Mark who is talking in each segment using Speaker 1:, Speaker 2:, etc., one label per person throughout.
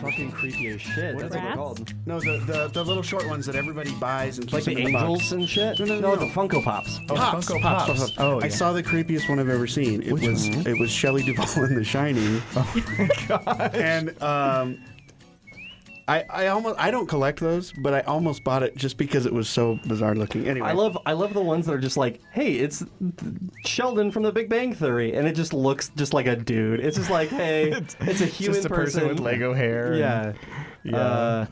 Speaker 1: fucking creepy as shit. That's what they're
Speaker 2: Rats?
Speaker 1: called.
Speaker 3: No, the, the the little short ones that everybody buys and
Speaker 1: Like
Speaker 3: keeps
Speaker 1: the
Speaker 3: them in the box.
Speaker 1: angels and shit?
Speaker 3: No, no, no,
Speaker 1: the
Speaker 3: no.
Speaker 1: Funko Pops.
Speaker 3: Oh,
Speaker 4: Pops,
Speaker 3: Funko
Speaker 4: Pops. Oh,
Speaker 3: I
Speaker 4: yeah.
Speaker 3: saw the creepiest one I've ever seen. It was it was Shelley Duvall in The Shining. Oh my god! And um, I I almost I don't collect those, but I almost bought it just because it was so bizarre looking. Anyway,
Speaker 1: I love I love the ones that are just like, hey, it's Sheldon from The Big Bang Theory, and it just looks just like a dude. It's just like, hey, it's, a human
Speaker 4: Just a person, with Lego hair. and-
Speaker 1: Yeah.
Speaker 4: Yeah.
Speaker 1: Uh,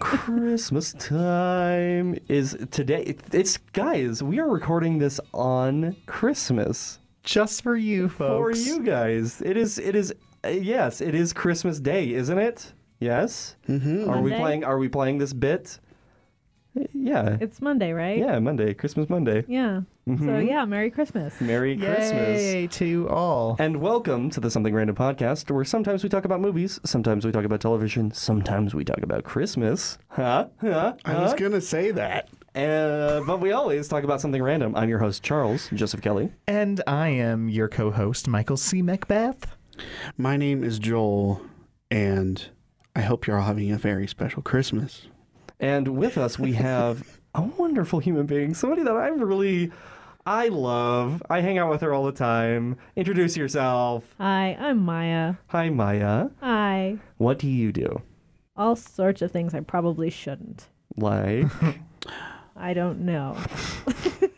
Speaker 1: Christmas time is today. It- It's guys, we are recording this on Christmas
Speaker 4: just for you,
Speaker 1: for
Speaker 4: folks.
Speaker 1: you guys. It is. It is. uh, yes, it is Christmas Day, isn't it? Yes. Mm-hmm. Are we
Speaker 2: Monday.
Speaker 1: playing? Are we playing this bit? Uh, Yeah.
Speaker 2: It's Monday, right?
Speaker 1: Yeah. Mm-hmm. Monday, Christmas Monday.
Speaker 2: Yeah. So yeah, Merry Christmas.
Speaker 1: Merry Christmas.
Speaker 4: Yay to all.
Speaker 1: And welcome to the Something Random podcast, where sometimes we talk about movies, sometimes we talk about television, sometimes we talk about Christmas. Huh? Huh?
Speaker 3: I was gonna say that.
Speaker 1: Uh, but we always talk about something random. I'm your host, Charles Joseph Kelly.
Speaker 4: And I am your co-host, Michael C. Macbeth.
Speaker 3: My name is Joel, and I hope you're all having a very special Christmas.
Speaker 1: And with us, we have a wonderful human being, somebody that I'm really, I love. I hang out with her all the time. Introduce yourself.
Speaker 2: Hi, I'm Maya.
Speaker 1: Hi, Maya.
Speaker 2: Hi.
Speaker 1: What do you do?
Speaker 2: All sorts of things I probably shouldn't.
Speaker 1: Like,
Speaker 2: I don't know.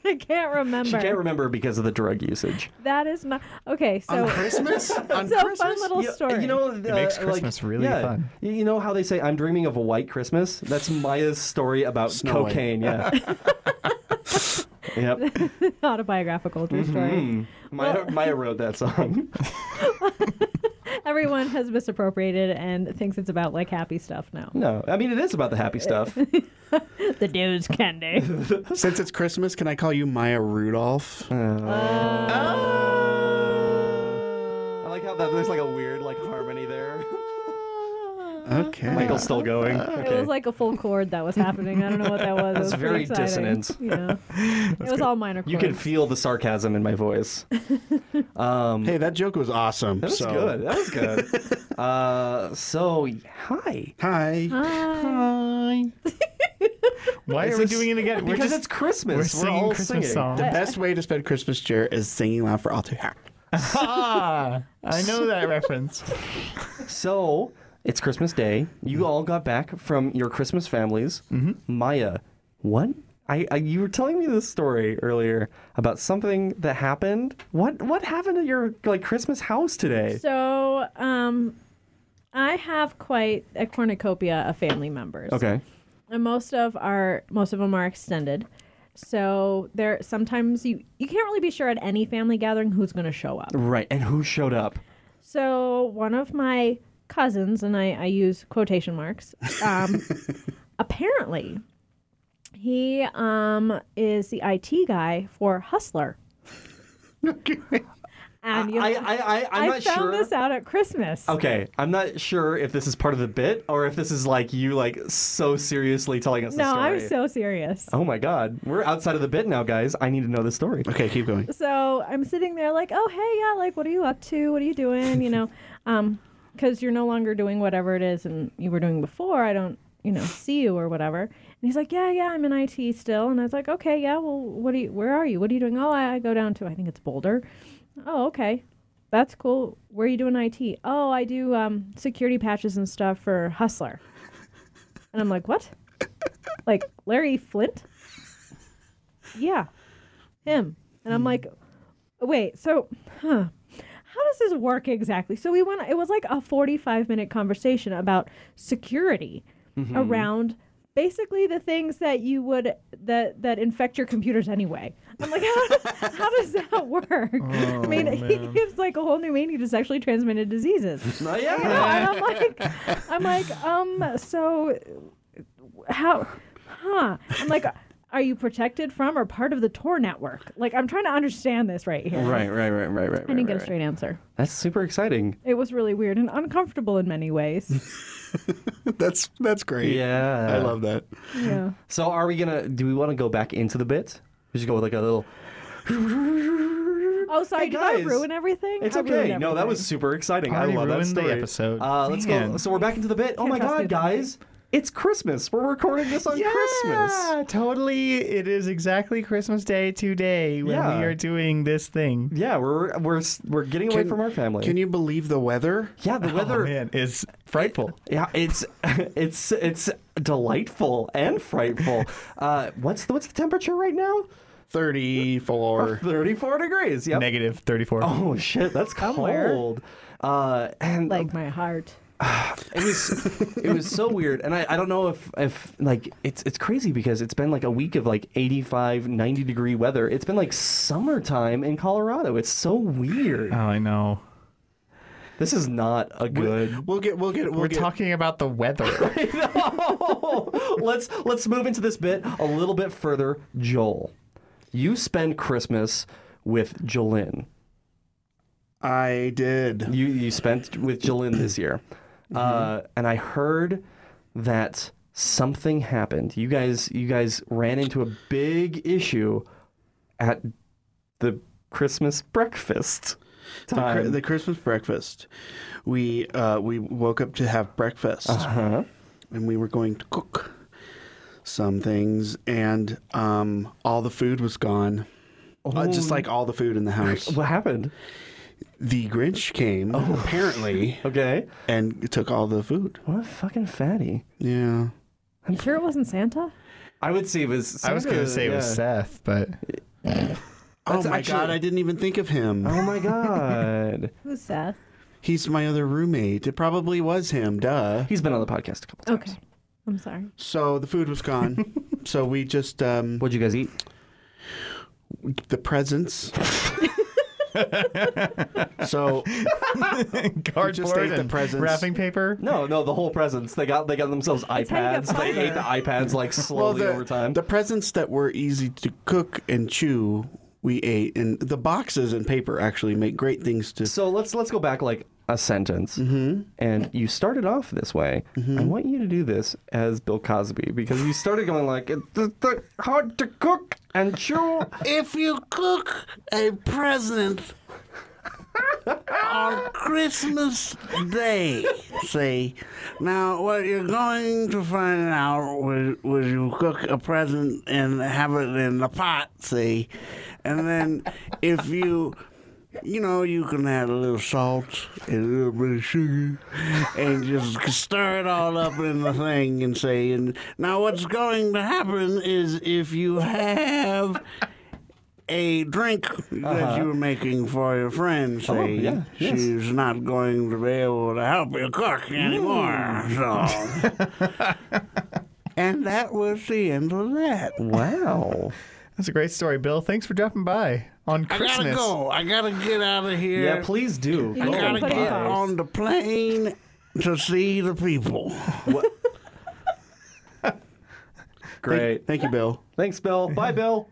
Speaker 2: I can't remember.
Speaker 1: she can't remember because of the drug usage.
Speaker 2: That is my okay. So
Speaker 3: On Christmas? On
Speaker 2: so
Speaker 3: Christmas?
Speaker 2: fun little
Speaker 1: You-
Speaker 2: story.
Speaker 1: You know, it
Speaker 4: makes Christmas really fun.
Speaker 1: You know how they say, "I'm dreaming of a white Christmas." That's Maya's story about
Speaker 3: Snow White.
Speaker 1: cocaine. Yeah. yep. Mm.
Speaker 2: autobiographical
Speaker 1: Mm-hmm.
Speaker 2: true story.
Speaker 1: Maya, Maya wrote that song.
Speaker 2: Everyone has misappropriated and thinks it's about like happy stuff now.
Speaker 1: No, I mean it is about the happy stuff.
Speaker 2: the dude's candy.
Speaker 3: Since it's Christmas, can I call you Maya Rudolph?
Speaker 1: Uh-huh.
Speaker 2: Uh,
Speaker 1: I like how that, there's like a weird like harmony there.
Speaker 3: Okay.
Speaker 1: Michael's still going. Oh. Okay.
Speaker 2: It was like a full chord that was happening. I don't know what that was. It was
Speaker 1: very
Speaker 2: pretty exciting.
Speaker 1: dissonant.
Speaker 2: Yeah. it was all minor chords.
Speaker 1: you can feel the sarcasm in my voice. Um,
Speaker 3: Hey, that joke was awesome.
Speaker 1: That was
Speaker 3: so-
Speaker 1: good. That was good. uh, so hi.
Speaker 3: Hi.
Speaker 2: Hi.
Speaker 4: Why
Speaker 1: Is
Speaker 4: are we
Speaker 1: this-
Speaker 4: doing it again? We're
Speaker 1: because
Speaker 4: just-
Speaker 1: it's Christmas.
Speaker 4: we're
Speaker 1: We're,
Speaker 4: singing
Speaker 1: all
Speaker 4: Christmas
Speaker 1: singing.
Speaker 4: songs.
Speaker 3: The best way to spend Christmas cheer is singing loud for all to hear.
Speaker 4: ah, I know that reference.
Speaker 1: So it's Christmas Day. You all got back from your Christmas families. Maya, what? I, I you were telling me this story earlier about something that happened. What what happened at your like Christmas house today?
Speaker 2: So, um, I have quite a cornucopia of family members.
Speaker 1: Okay.
Speaker 2: and most of our most of them are extended so there sometimes you you can't really be sure at any family gathering who's going to show up
Speaker 1: Right. And who showed up?
Speaker 2: so one of my cousins and i, I use quotation marks um, apparently he um, is the it guy for hustler and you
Speaker 1: I I I I'm
Speaker 2: I
Speaker 1: not
Speaker 2: found
Speaker 1: sure.
Speaker 2: this out at christmas
Speaker 1: Okay, I'm not sure if this is part of the bit or if this is like you like so seriously telling us the
Speaker 2: no
Speaker 1: story.
Speaker 2: i'm so serious
Speaker 1: Oh my god, we're outside of the bit now, guys. I need to know the story.
Speaker 3: Okay, keep going.
Speaker 2: so I'm sitting there like, oh hey, yeah, like what are you up to? What are you doing? You know, um, because you're no longer doing whatever it is and you were doing before. I don't, you know, see you or whatever. And he's like, yeah, yeah, I'm in IT still. And I was like, okay, yeah, well, what do you? Where are you? What are you doing? Oh, I, I go down to I think it's Boulder. Oh, okay. That's cool. Where are you doing IT? Oh, I do um, security patches and stuff for Hustler. And I'm like, what? like Larry Flint? Yeah, him. And I'm like, wait, so, huh, how does this work exactly? So we went, it was like a 45 minute conversation about security around basically the things that you would, that, that infect your computers anyway. I'm like, how, how does that work? I mean, he gives like a whole new meaning to sexually transmitted diseases.
Speaker 1: Oh,
Speaker 2: You know, and I'm like, I'm like, um, so how, huh? I'm like, are you protected from or part of the Tor network? Like, I'm trying to understand this right here.
Speaker 1: Right, right, right, right, right.
Speaker 2: I didn't get a straight answer.
Speaker 1: That's super exciting.
Speaker 2: It was really weird and uncomfortable in many ways.
Speaker 3: That's that's great.
Speaker 1: Yeah.
Speaker 3: I love that.
Speaker 2: yeah.
Speaker 1: So are we gonna do we wanna go back into the bit? We should go with like a little
Speaker 2: Oh, sorry,
Speaker 1: Hey,
Speaker 2: did
Speaker 1: guys.
Speaker 2: I ruin everything?
Speaker 1: It's
Speaker 2: I ruined
Speaker 1: okay. No, that
Speaker 2: everything.
Speaker 1: was super exciting. I
Speaker 4: Already
Speaker 1: love that
Speaker 4: ruined the
Speaker 1: story.
Speaker 4: episode.
Speaker 1: Uh, let's go.
Speaker 4: Man.
Speaker 1: So we're back into the bit. Oh my
Speaker 2: trust
Speaker 1: god,
Speaker 2: you,
Speaker 1: guys! It's Christmas. We're recording this on Christmas.
Speaker 4: Yeah, totally. It is exactly Christmas Day today when
Speaker 1: Yeah.
Speaker 4: we are doing this thing.
Speaker 1: Yeah, we're we're we're getting away
Speaker 3: Can-
Speaker 1: from our family.
Speaker 3: Can you believe the weather?
Speaker 1: yeah, the weather.
Speaker 4: Oh, man, it's frightful.
Speaker 1: Yeah, it's it's it's delightful and frightful. Uh, what's the, what's the temperature right now?
Speaker 3: 34.
Speaker 1: Thirty four degrees. Yep.
Speaker 4: Negative 34.
Speaker 1: Oh shit, that's
Speaker 2: Somewhere.
Speaker 1: cold. Uh, and
Speaker 2: like my heart.
Speaker 1: it was it was so weird, and I, I don't know if if like it's it's crazy because it's been like a week of like 85, 90 degree weather. It's been like summertime in Colorado. It's so weird.
Speaker 4: Oh, I know.
Speaker 1: This is not a good.
Speaker 3: We'll get, we'll get, we'll
Speaker 4: We're
Speaker 3: get,
Speaker 4: talking about the weather.
Speaker 1: no, Oh, let's let's move into this bit a little bit further. Joel, you spend Christmas with Jolyn.
Speaker 3: I did.
Speaker 1: you you spent with Jolyn this year, uh, and I heard that something happened. You guys you guys ran into a big issue at the Christmas breakfast
Speaker 3: The,
Speaker 1: time.
Speaker 3: Chri- the Christmas breakfast. We, uh, we woke up to have breakfast
Speaker 1: huh?
Speaker 3: and we were going to cook some things and, um, all the food was gone. Uh, just like all the food in the house.
Speaker 1: Oh. What Oh. happened?
Speaker 3: The Grinch came apparently
Speaker 1: Okay,
Speaker 3: and took all the food.
Speaker 1: what a fucking fatty.
Speaker 3: Yeah.
Speaker 2: You sure it wasn't Santa?
Speaker 1: I would say it was.
Speaker 4: I was going to
Speaker 1: Santa,
Speaker 4: say it was
Speaker 1: yeah.
Speaker 4: Seth, but
Speaker 1: That's
Speaker 3: oh my
Speaker 1: actually-
Speaker 3: god, I didn't even think of him.
Speaker 1: Oh my god,
Speaker 2: Who's Seth?
Speaker 3: He's my other roommate. It probably was him, duh.
Speaker 1: he's been on the podcast a couple times.
Speaker 2: Okay, I'm sorry.
Speaker 3: So the food was gone. so we just um
Speaker 1: What'd you guys eat?
Speaker 3: the presents. so just ate
Speaker 4: cardboard
Speaker 3: the
Speaker 4: and
Speaker 3: presents.
Speaker 4: wrapping paper.
Speaker 1: No, no, the whole presents. They got they got themselves
Speaker 2: how you get
Speaker 1: iPads. They ate the iPads like
Speaker 3: well,
Speaker 1: slowly
Speaker 3: the,
Speaker 1: over time.
Speaker 3: the presents that were easy to cook and chew, we ate and the boxes and paper actually make great things to
Speaker 1: So let's let's go back like a sentence. And you started off this way. I want you to do this as Bill Cosby because you started going like it's th- th- hard to cook and chew.
Speaker 3: If you cook a present on Christmas Day, see, now what you're going to find out was, was you cook a present and have it in the pot, see, and then if you you know, you can add a little salt and a little bit of sugar and just stir it all up in the thing and say, and now what's going to happen is if you have a drink that you're making for your friend, say,
Speaker 1: yeah, yes.
Speaker 3: she's not going to be able to help you cook anymore. So. and that was the end of that.
Speaker 1: Wow.
Speaker 4: That's a great story, Bill. Thanks for dropping by on
Speaker 3: I
Speaker 4: Christmas.
Speaker 3: gotta go. I gotta get out of here.
Speaker 1: Yeah, please do.
Speaker 2: You
Speaker 3: I
Speaker 2: Oh,
Speaker 3: gotta
Speaker 2: put it
Speaker 3: get
Speaker 2: on.
Speaker 3: on the plane to see the people.
Speaker 1: Great.
Speaker 3: Thank you, Bill.
Speaker 1: Thanks, Bill. Bye, Bill.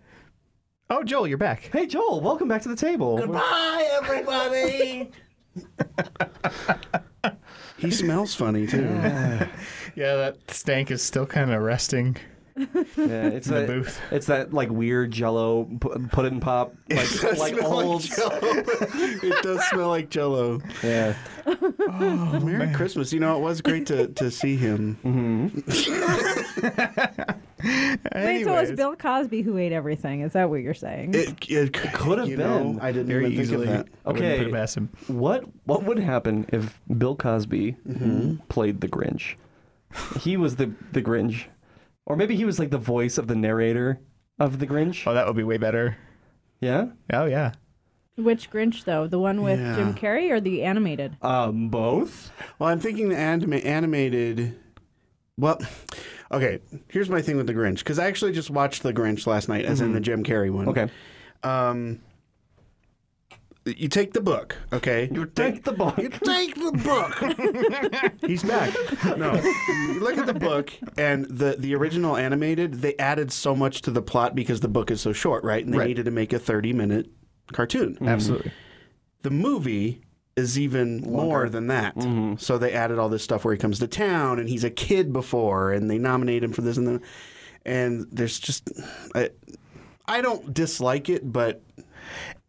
Speaker 4: Oh, Joel, you're back.
Speaker 1: Hey, Joel. Welcome back to the table.
Speaker 3: Bye, everybody. he smells funny too.
Speaker 4: Yeah, that stank is still kind of resting.
Speaker 1: Yeah, it's that,
Speaker 4: booth.
Speaker 1: It's that like weird Jello pu- pudding pop, like like old.
Speaker 3: it does smell like Jello.
Speaker 1: yeah.
Speaker 3: Merry Christmas. You know, it was great to, to see him.
Speaker 2: Wait, so it was
Speaker 4: Anyways.
Speaker 2: Bill Cosby who ate everything? Is that what you're saying?
Speaker 3: It, it,
Speaker 1: could have
Speaker 3: you know,
Speaker 1: been.
Speaker 3: I didn't
Speaker 4: Very
Speaker 3: even think
Speaker 4: easily.
Speaker 3: of that.
Speaker 4: I wouldn't
Speaker 1: Okay.
Speaker 4: put it past him.
Speaker 1: What what would happen if Bill Cosby Mm-hmm. played the Grinch? He was the the Grinch, or maybe he was like the voice of the narrator of the Grinch.
Speaker 4: Oh, that would be way better.
Speaker 1: Yeah,
Speaker 4: Oh, yeah.
Speaker 3: Mm-hmm.
Speaker 2: Which Grinch though? The one with
Speaker 3: Yeah.
Speaker 2: Jim Carrey or the animated?
Speaker 1: um, both.
Speaker 3: Well, I'm thinking the anima- animated. Well, okay. Here's my thing with the Grinch because I actually just watched the Grinch last night, as in the Jim Carrey one.
Speaker 1: Okay,
Speaker 3: um, you take the book, okay?
Speaker 1: you take the book.
Speaker 3: You take the book. He's back. No, you look at the book and the the original animated. They added so much to the plot because the book is so short, right? Mm-hmm. And they
Speaker 4: Right.
Speaker 3: needed to make a thirty minute cartoon.
Speaker 4: Absolutely.
Speaker 3: The movie is even more than that. So they added all this stuff where he comes to town and he's a kid before, and they nominate him for this and then. And there's just, I, I don't dislike it, but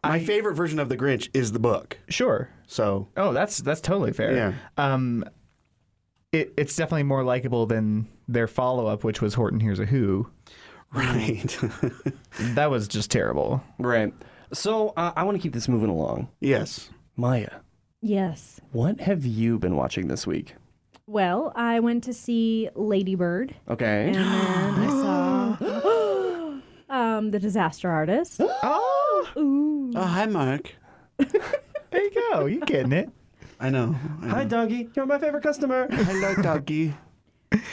Speaker 3: My favorite version of the Grinch is the book.
Speaker 4: Sure.
Speaker 3: So
Speaker 4: Oh, that's that's totally fair.
Speaker 3: Yeah.
Speaker 4: Um, it, it's definitely more likable than their follow up, which was Horton Hears a Who.
Speaker 3: right,
Speaker 4: That was just terrible.
Speaker 1: Right. So uh, I want to keep this moving along.
Speaker 3: yes.
Speaker 1: Maya,
Speaker 2: Yes.
Speaker 1: what have you been watching this week?
Speaker 2: Well, I went to see Ladybird
Speaker 1: Okay.
Speaker 2: and then I saw um, The Disaster Artist.
Speaker 4: Oh,
Speaker 1: Mm.
Speaker 3: Oh, hi, Mark.
Speaker 4: there you go. You getting it?
Speaker 3: I know.
Speaker 1: Hi, doggy. You're my favorite customer.
Speaker 3: Hello, doggy.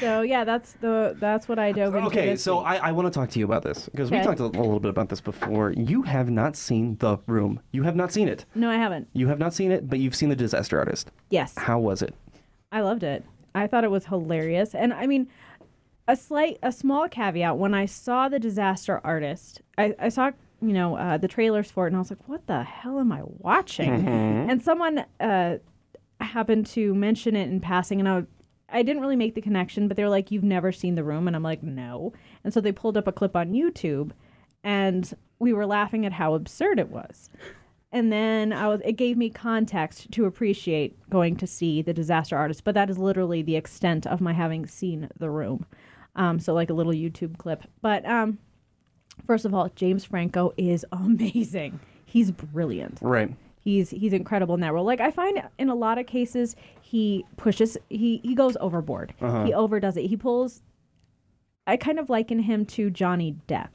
Speaker 2: So yeah, that's the that's what I dove into.
Speaker 1: Okay,
Speaker 2: this
Speaker 1: so
Speaker 2: week.
Speaker 1: I, I want to talk to you about this because we
Speaker 2: Okay.
Speaker 1: talked a little bit about this before. You have not seen The Room. You have not seen it.
Speaker 2: no, I haven't.
Speaker 1: You have not seen it, but you've seen The Disaster Artist.
Speaker 2: Yes.
Speaker 1: How was it?
Speaker 2: I loved it. I thought it was hilarious. And I mean, a slight, a small caveat when I saw The Disaster Artist, I, I saw, you know, uh, the trailers for it and I was like, what the hell am I watching?
Speaker 1: Mm-hmm.
Speaker 2: And someone uh, happened to mention it in passing and I, I didn't really make the connection, but they were like, you've never seen The Room. And I'm like, no. And so they pulled up a clip on YouTube and we were laughing at how absurd it was and then I was it gave me context to appreciate going to see the disaster artist but that is literally the extent of my having seen the room um, so like a little YouTube clip but um, first of all James Franco is amazing he's brilliant
Speaker 1: Right.
Speaker 2: he's he's incredible in that role. Like I find in a lot of cases he pushes he he goes overboard.
Speaker 1: Uh-huh.
Speaker 2: He overdoes it. He pulls I kind of liken him to Johnny Depp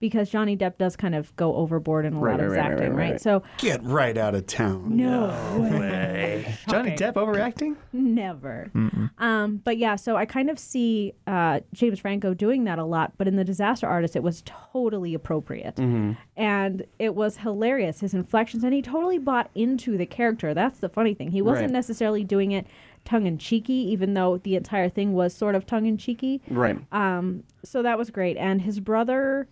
Speaker 2: because Johnny Depp does kind of go overboard in a
Speaker 1: Right,
Speaker 2: lot of
Speaker 1: right,
Speaker 2: his
Speaker 1: right,
Speaker 2: acting,
Speaker 1: right,
Speaker 2: right?
Speaker 1: right, right.
Speaker 2: So
Speaker 3: Get right out of town.
Speaker 2: no,
Speaker 4: Johnny Depp overacting?
Speaker 2: never. Um, but yeah, so I kind of see uh, James Franco doing that a lot, but in The Disaster Artist, it was totally appropriate. And it was hilarious, his inflections, and he totally bought into the character. That's the funny thing. He wasn't
Speaker 1: Right.
Speaker 2: necessarily doing it tongue in cheeky, even though the entire thing was sort of tongue in cheeky.
Speaker 1: Right.
Speaker 2: Um, so that was great. And his brother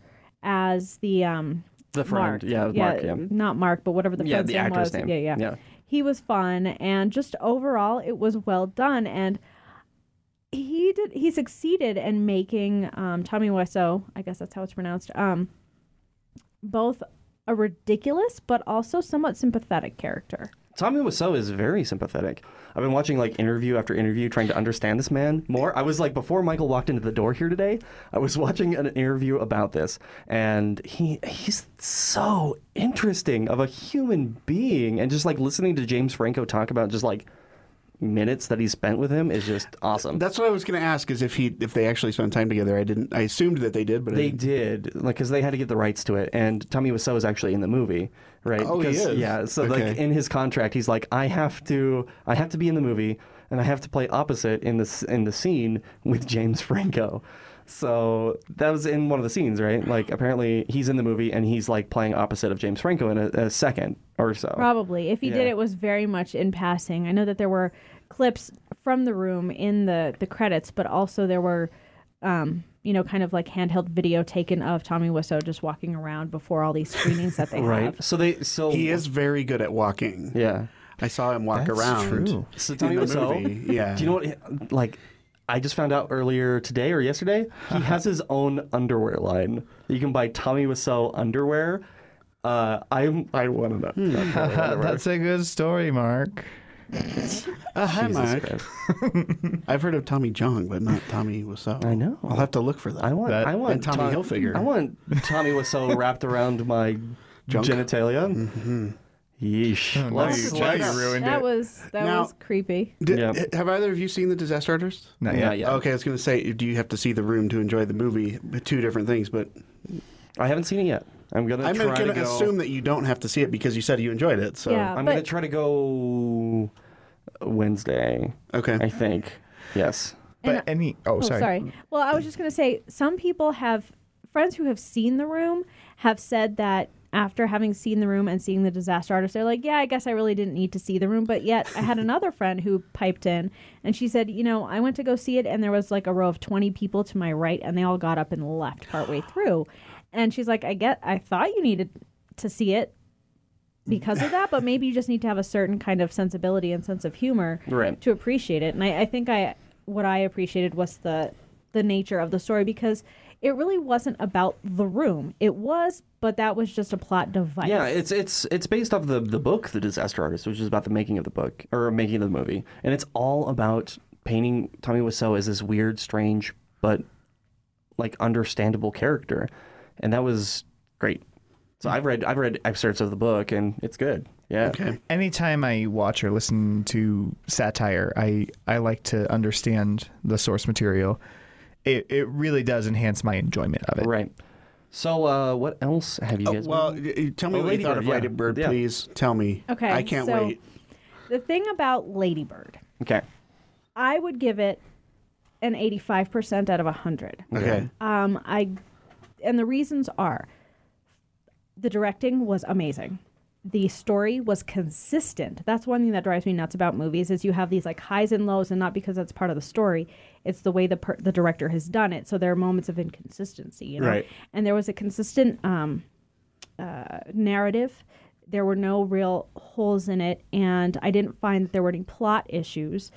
Speaker 2: as the. Um,
Speaker 1: The friend,
Speaker 2: Mark.
Speaker 1: yeah, Mark, yeah.
Speaker 2: Not Mark, but whatever the
Speaker 1: Yeah,
Speaker 2: friend's
Speaker 1: the
Speaker 2: name
Speaker 1: actor's
Speaker 2: was.
Speaker 1: name.
Speaker 2: Yeah, yeah.
Speaker 1: Yeah.
Speaker 2: He was fun and just overall it was well done and he did he succeeded in making um, Tommy Wiseau, I guess that's how it's pronounced, um, both a ridiculous but also somewhat sympathetic character.
Speaker 1: Tommy Wiseau is very sympathetic. I've been watching like interview after interview, trying to understand this man more. I was like, before Michael walked into the door here today, I was watching an interview about this, and he he's so interesting of a human being, and just like listening to James Franco talk about just like minutes that he spent with him is just awesome.
Speaker 3: That's what I was going to ask. Is if he if they actually spent time together? I didn't. I assumed that they did, but I
Speaker 1: They
Speaker 3: didn't.
Speaker 1: did, like, because they had to get the rights to it, and Tommy Wiseau is actually in the movie, right?
Speaker 3: Oh, he
Speaker 1: 'Cause-
Speaker 3: is?
Speaker 1: Yeah, so like
Speaker 3: Okay.
Speaker 1: in his contract, he's like, I have to, I have to be in the movie, and I have to play opposite in this in the scene with James Franco. So that was in one of the scenes, right? Like apparently he's in the movie and he's like playing opposite of James Franco in a, a second or so.
Speaker 2: Probably. If he did,
Speaker 1: Yeah.
Speaker 2: it was very much in passing. I know that there were clips from the room in the, the credits, but also there were, um, you know, kind of like handheld video taken of Tommy Wiseau just walking around before all these screenings that they
Speaker 1: Right.
Speaker 2: have.
Speaker 1: So they so
Speaker 3: He is very good at walking.
Speaker 1: yeah.
Speaker 3: I saw him walk
Speaker 4: That's
Speaker 3: around.
Speaker 4: true.
Speaker 1: So
Speaker 3: in
Speaker 1: Tommy
Speaker 3: the
Speaker 1: Wiseau,
Speaker 3: movie, yeah.
Speaker 1: Do you know what? Like, I just found out earlier today or yesterday, he has his own underwear line. You can buy Tommy Wiseau underwear. Uh, I'm I want to
Speaker 3: Hmm.
Speaker 1: know.
Speaker 4: That's a good story, Mark.
Speaker 3: Uh, hi, Mark.
Speaker 1: Christ.
Speaker 3: I've heard of Tommy Jong, but not Tommy Wiseau.
Speaker 1: I know.
Speaker 3: I'll have to look for that.
Speaker 1: I want
Speaker 4: That-
Speaker 1: I want
Speaker 3: And Tommy
Speaker 1: Tom-
Speaker 3: Hilfiger.
Speaker 1: I want Tommy Wiseau wrapped around my
Speaker 3: Junk. Mm-hmm. Oh,
Speaker 1: genitalia. Yeesh.
Speaker 4: now
Speaker 1: Let's-
Speaker 4: you- now
Speaker 1: let's-
Speaker 4: you ruined
Speaker 2: That
Speaker 4: it.
Speaker 2: was that
Speaker 3: Now-
Speaker 2: was creepy.
Speaker 3: Did,
Speaker 1: Yeah.
Speaker 3: Have either of you seen The Disaster Artist?
Speaker 4: Not
Speaker 1: Not
Speaker 4: yet.
Speaker 1: yet.
Speaker 3: Okay, I was going to say, do you have to see the room to enjoy the movie? Two different things, but
Speaker 1: I haven't seen it yet. I'm gonna
Speaker 3: I'm
Speaker 1: try
Speaker 3: going
Speaker 1: to
Speaker 3: to
Speaker 1: go.
Speaker 3: assume that you don't have to see it because you said you enjoyed it. So
Speaker 2: Yeah.
Speaker 1: I'm
Speaker 2: But-
Speaker 1: gonna try to go Wednesday.
Speaker 3: okay,
Speaker 1: I think. Yes.
Speaker 4: But
Speaker 2: And-
Speaker 4: any. Oh,
Speaker 2: Oh, sorry.
Speaker 4: sorry.
Speaker 2: Well, I was just going to say some people have friends who have seen the room have said that after having seen the room and seeing the disaster artist, they're like, yeah, I guess I really didn't need to see the room. But yet, I had another friend who piped in and she said, you know, I went to go see it and there was like a row of 20 people to my right and they all got up and left partway through. And she's like, I get, I thought you needed to see it because of that, but maybe you just need to have a certain kind of sensibility and sense of humor
Speaker 1: Right.
Speaker 2: to appreciate it. And I, I think I what I appreciated was the the nature of the story because it really wasn't about the room. It was, but that was just a plot device.
Speaker 1: Yeah, it's it's it's based off the the book, The Disaster Artist, which is about the making of the book or making of the movie, and it's all about painting Tommy Wiseau as this weird, strange, but like understandable character, and that was great. So I've read I've read excerpts of the book, and it's good. Yeah.
Speaker 3: Okay.
Speaker 4: Anytime I watch or listen to satire, I, I like to understand the source material. It, it really does enhance my enjoyment of it.
Speaker 1: Right. So uh, what else have you guys?
Speaker 3: Oh, Well,
Speaker 1: been-
Speaker 3: y- y- tell me
Speaker 1: Oh,
Speaker 3: what
Speaker 1: Lady
Speaker 3: you thought
Speaker 1: Bird,
Speaker 3: of
Speaker 1: yeah.
Speaker 3: Lady Bird,
Speaker 1: Yeah.
Speaker 3: please. Tell me.
Speaker 2: Okay,
Speaker 3: I can't
Speaker 2: so-
Speaker 3: wait.
Speaker 2: The thing about Ladybird,
Speaker 1: okay.
Speaker 2: I would give it an 85% out of 100.
Speaker 3: Okay.
Speaker 2: Um, I, and the reasons are the directing was amazing. The story was consistent. That's one thing that drives me nuts about movies is you have these like highs and lows, and not because that's part of the story. It's the way the per- the director has done it. So there are moments of inconsistency, you know.
Speaker 3: Right.
Speaker 2: And there was a consistent um, uh, narrative. There were no real holes in it, and I didn't find that there were any plot issues.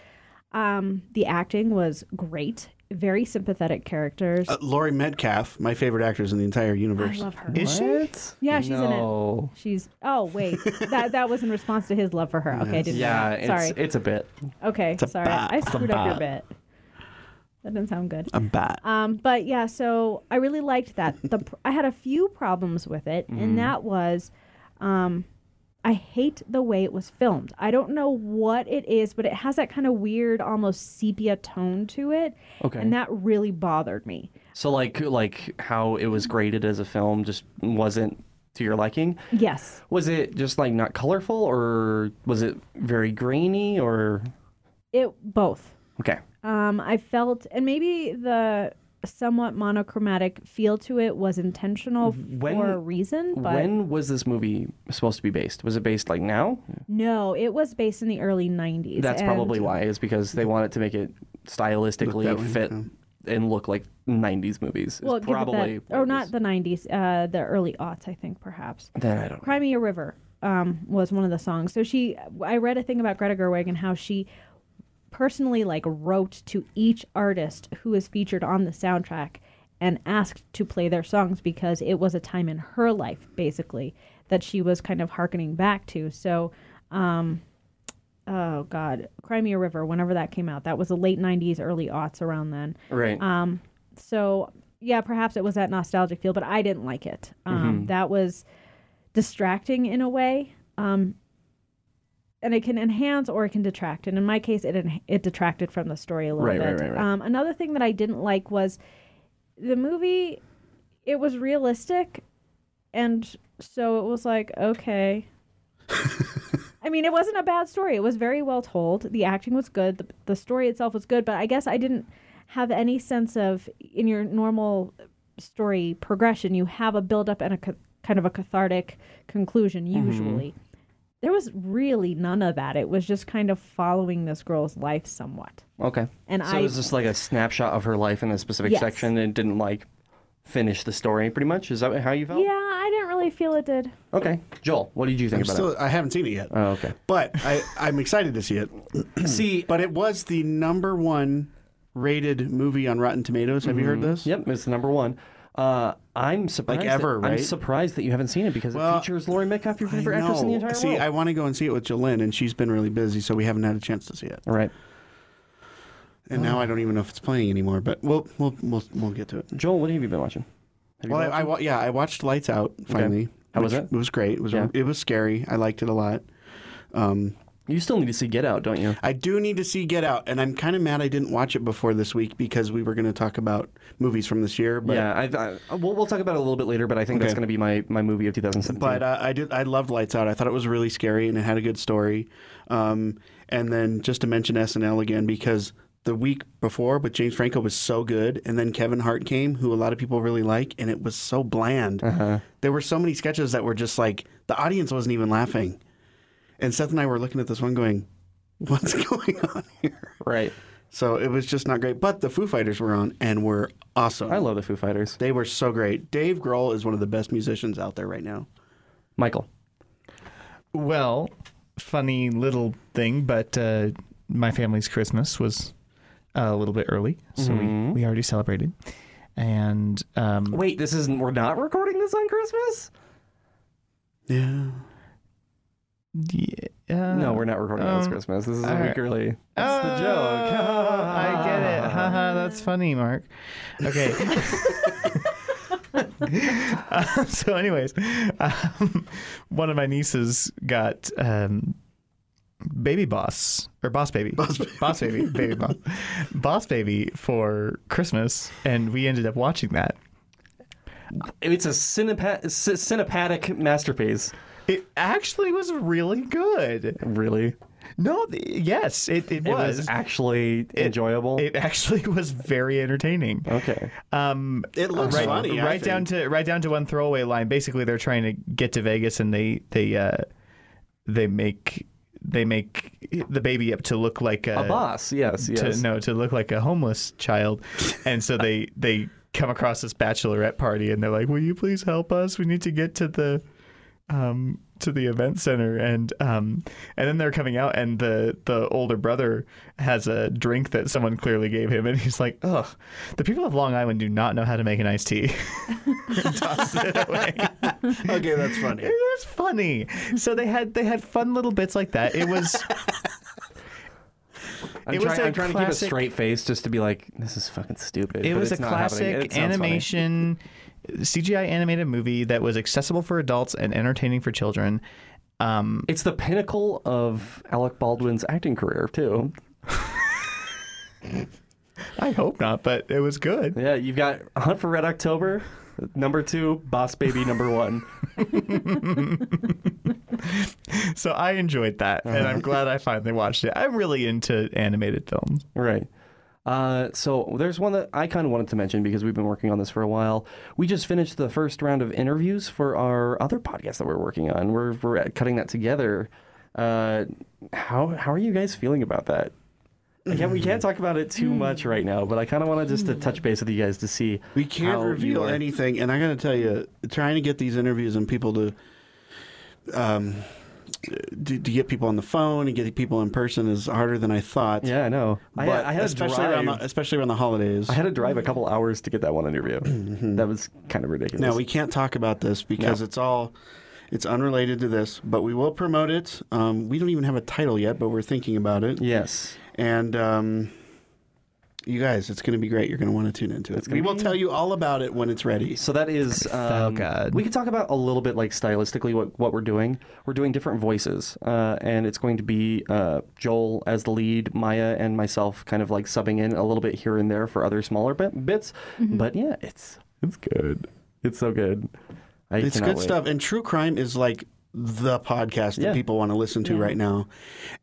Speaker 2: Um, the acting was great. Very sympathetic characters.
Speaker 3: Uh, Laurie Metcalf, my favorite actress in the entire
Speaker 2: I
Speaker 3: universe.
Speaker 2: love her.
Speaker 4: Is she?
Speaker 1: What?
Speaker 2: Yeah, she's in it.
Speaker 1: No.
Speaker 2: She's oh wait that that was in response to his love for her. Okay, I didn't.
Speaker 1: Yeah,
Speaker 2: know that. sorry.
Speaker 1: it's it's a bit.
Speaker 2: okay,
Speaker 3: a
Speaker 2: sorry.
Speaker 3: bop.
Speaker 2: I
Speaker 3: It's a
Speaker 2: screwed up your
Speaker 3: bop.
Speaker 2: bit. That didn't sound good.
Speaker 3: A bat.
Speaker 2: Um, but yeah, so I really liked that. The pr- I had a few problems with it, and that was, um, I hate the way it was filmed. I don't know what it is, but it has that kind of weird, almost sepia tone to it,
Speaker 1: Okay.
Speaker 2: and that really bothered me.
Speaker 1: So like like how it was graded as a film just wasn't to your liking.
Speaker 2: Yes.
Speaker 1: Was it just like not colorful or was it very grainy or
Speaker 2: It both.
Speaker 1: okay.
Speaker 2: Um, I felt, and maybe the somewhat monochromatic feel to it was intentional
Speaker 1: When-
Speaker 2: for a reason, but
Speaker 1: when was this movie supposed to be based? Was it based like now?
Speaker 2: no, it was based in the early 90s.
Speaker 1: That's
Speaker 2: and-
Speaker 1: probably why is because they wanted to make it stylistically
Speaker 3: Look that way,
Speaker 1: fit and look like 90s movies. is
Speaker 2: Well, give it that-
Speaker 1: probably what
Speaker 2: or
Speaker 1: it
Speaker 2: not
Speaker 1: was.
Speaker 2: the 90s, uh, the early aughts, I think, perhaps.
Speaker 1: then I don't know.
Speaker 2: Cry Me a River um, was one of the songs. So she, I read a thing about Greta Gerwig and how she personally like wrote to each artist who is featured on the soundtrack and asked to play their songs because it was a time in her life basically that she was kind of hearkening back to. So, um, oh God, Cry Me a River, whenever that came out, that was the late '90s, early aughts, around then.
Speaker 1: Right.
Speaker 2: Um, So yeah, perhaps it was that nostalgic feel, but I didn't like it. Um,
Speaker 1: Mm-hmm.
Speaker 2: That was distracting in a way, um, and it can enhance or it can detract. And in my case, it en- it detracted from the story a little
Speaker 1: Right,
Speaker 2: bit.
Speaker 1: right, right, right.
Speaker 2: Um, another thing that I didn't like was the movie. It was realistic, and so it was like okay. I mean, it wasn't a bad story. It was very well told. The acting was good. The, the story itself was good, but I guess I didn't have any sense of in your normal story progression, you have a buildup and a ca- kind of a cathartic conclusion usually. There was really none of that. It was just kind of following this girl's life somewhat.
Speaker 1: okay.
Speaker 2: and
Speaker 1: so
Speaker 2: I-
Speaker 1: it was just like a snapshot of her life in a specific
Speaker 2: Yes.
Speaker 1: section and it didn't like finish the story pretty much. Is that how you felt?
Speaker 2: Yeah, I didn't really feel it did.
Speaker 1: Okay. Joel, what did you think
Speaker 3: I'm
Speaker 1: about it?
Speaker 3: still, I haven't seen it yet.
Speaker 1: Oh, okay.
Speaker 3: But I, I'm excited to see it.
Speaker 1: See,
Speaker 3: But it was the number one rated movie on Rotten Tomatoes. Have you heard this?
Speaker 1: Mm-hmm. Yep, it's number one. Uh, I'm surprised.
Speaker 3: Like ever,
Speaker 1: that, I'm
Speaker 3: right?
Speaker 1: surprised that you haven't seen it because
Speaker 3: Well,
Speaker 1: it features Laurie Metcalf, your
Speaker 3: I
Speaker 1: favorite actress in the
Speaker 3: know.
Speaker 1: entire
Speaker 3: see,
Speaker 1: world.
Speaker 3: I want to go and see it with Jalen, and she's been really busy, so we haven't had a chance to see it.
Speaker 1: All right,
Speaker 3: And
Speaker 1: Oh.
Speaker 3: now I don't even know if it's playing anymore. But we'll we'll we'll, we'll get to it.
Speaker 1: Joel, what have you been watching? Have you
Speaker 3: Well,
Speaker 1: been
Speaker 3: I, I
Speaker 1: watching?
Speaker 3: wa- yeah, I watched Lights Out finally.
Speaker 1: How was
Speaker 3: which-
Speaker 1: it?
Speaker 3: It was great. It was
Speaker 1: Yeah.
Speaker 3: it was scary. I liked it a lot. Um,
Speaker 1: you still need to see Get Out, don't you?
Speaker 3: I do need to see Get Out, and I'm kind of mad I didn't watch it before this week because we were going to talk about movies from this year. But
Speaker 1: yeah, I, I, we'll, we'll talk about it a little bit later, but I think that's
Speaker 3: Okay.
Speaker 1: going to be my, my movie of 2017.
Speaker 3: But uh, I did. I loved Lights Out. I thought it was really scary and it had a good story. Um, and then just to mention SNL again because the week before with James Franco was so good, and then Kevin Hart came, who a lot of people really like, and it was so bland. There were so many sketches that were just like the audience wasn't even laughing. And Seth and I were looking at this one, going, "What's going on here?"
Speaker 1: right,
Speaker 3: So it was just not great. But the Foo Fighters were on and were awesome.
Speaker 1: I love the Foo Fighters.
Speaker 3: They were so great. Dave Grohl is one of the best musicians out there right now.
Speaker 1: Michael,
Speaker 4: Well, funny little thing, but uh,
Speaker 1: Mm-hmm.
Speaker 4: my family's Christmas was a little bit early, so we, we already celebrated. and um,
Speaker 1: Wait, this isn't. We're not recording this on Christmas.
Speaker 3: Yeah.
Speaker 4: yeah,
Speaker 1: No, we're not recording this
Speaker 4: um,
Speaker 1: Christmas. This is a
Speaker 4: all
Speaker 1: week
Speaker 4: right.
Speaker 1: early. That's the joke.
Speaker 4: Oh, I get it. Haha, that's funny, Mark. Okay. Um, so, anyways, um, one of my nieces got um, baby boss or boss baby, boss baby, boss baby, baby boss, boss baby for Christmas, and we ended up watching that.
Speaker 1: It's a cinepa- c- cinepatic masterpiece.
Speaker 4: It actually was really good.
Speaker 1: Really,
Speaker 4: No, th- yes, it, it,
Speaker 1: it was, actually enjoyable.
Speaker 4: It actually was very entertaining.
Speaker 1: okay,
Speaker 4: Um,
Speaker 3: It looks
Speaker 4: right,
Speaker 3: funny. I
Speaker 4: right down
Speaker 3: think.
Speaker 4: to right down to one throwaway line. Basically, they're trying to get to Vegas, and they they uh, they make they make the baby up to look like a,
Speaker 1: a boss. Yes, yes.
Speaker 4: Uh, to, no to look like a homeless child, and so they they come across this bachelorette party, and they're like, "Will you please help us? We need to get to the." Um, to the event center and um and then they're coming out and the the older brother has a drink that someone clearly gave him and he's like ugh the people of long island do not know how to make an iced tea
Speaker 3: Okay, that's funny.
Speaker 4: It was funny. So they had they had fun little bits like that. It was
Speaker 1: I'm,
Speaker 4: It was
Speaker 1: try-
Speaker 4: a
Speaker 1: I'm trying to keep a
Speaker 4: classic-
Speaker 1: straight face just to be like, this is fucking stupid.
Speaker 4: it
Speaker 1: but
Speaker 4: was a
Speaker 1: it's not happening. It
Speaker 4: classic
Speaker 1: sounds funny.
Speaker 4: animation CGI animated movie that was accessible for adults and entertaining for children. Um,
Speaker 1: It's the pinnacle of Alec Baldwin's acting career too.
Speaker 4: I hope not, but it was good.
Speaker 1: Yeah, you've got Hunt for Red October, number two, Boss Baby, number one.
Speaker 4: So I enjoyed that, and
Speaker 1: Uh-huh.
Speaker 4: I'm glad I finally watched it. I'm really into animated films.
Speaker 1: Right. Uh, so there's one that I kind of wanted to mention because we've been working on this for a while. We just finished the first round of interviews for our other podcast that we're working on. We're, we're cutting that together. Uh, how how are you guys feeling about that? I can't, we can't talk about it too much right now, but I kind of wanted just to touch base with you guys to see.
Speaker 3: We can't
Speaker 1: how you
Speaker 3: reveal
Speaker 1: are.
Speaker 3: anything, and I got to tell you, trying to get these interviews and people to, um, to, to get people on the phone and get people in person is harder than I thought.
Speaker 1: Yeah, I know. I,
Speaker 3: But
Speaker 1: I had a
Speaker 3: especially
Speaker 1: drive.
Speaker 3: around the, especially around the holidays.
Speaker 1: I had to drive a couple hours to get that one interview. That was kind of ridiculous.
Speaker 3: No, we can't talk about this because it's all it's unrelated to this, but we will promote it. Um, we don't even have a title yet, but we're thinking about it.
Speaker 1: yes.
Speaker 3: And um, you guys, it's going to be great. You're going to want to tune into it. We
Speaker 1: gonna
Speaker 3: will
Speaker 1: be-
Speaker 3: tell you all about it when it's ready.
Speaker 1: So that is. Um,
Speaker 4: God.
Speaker 1: We could talk about a little bit like stylistically what, what we're doing. We're doing different voices, uh, and it's going to be uh, Joel as the lead, Maya and myself, kind of like subbing in a little bit here and there for other smaller bit, bits. But yeah, it's it's good. It's so good. I
Speaker 3: It's
Speaker 1: cannot
Speaker 3: good
Speaker 1: wait.
Speaker 3: stuff. And true crime is like the podcast that
Speaker 1: Yeah.
Speaker 3: people want to listen to right now.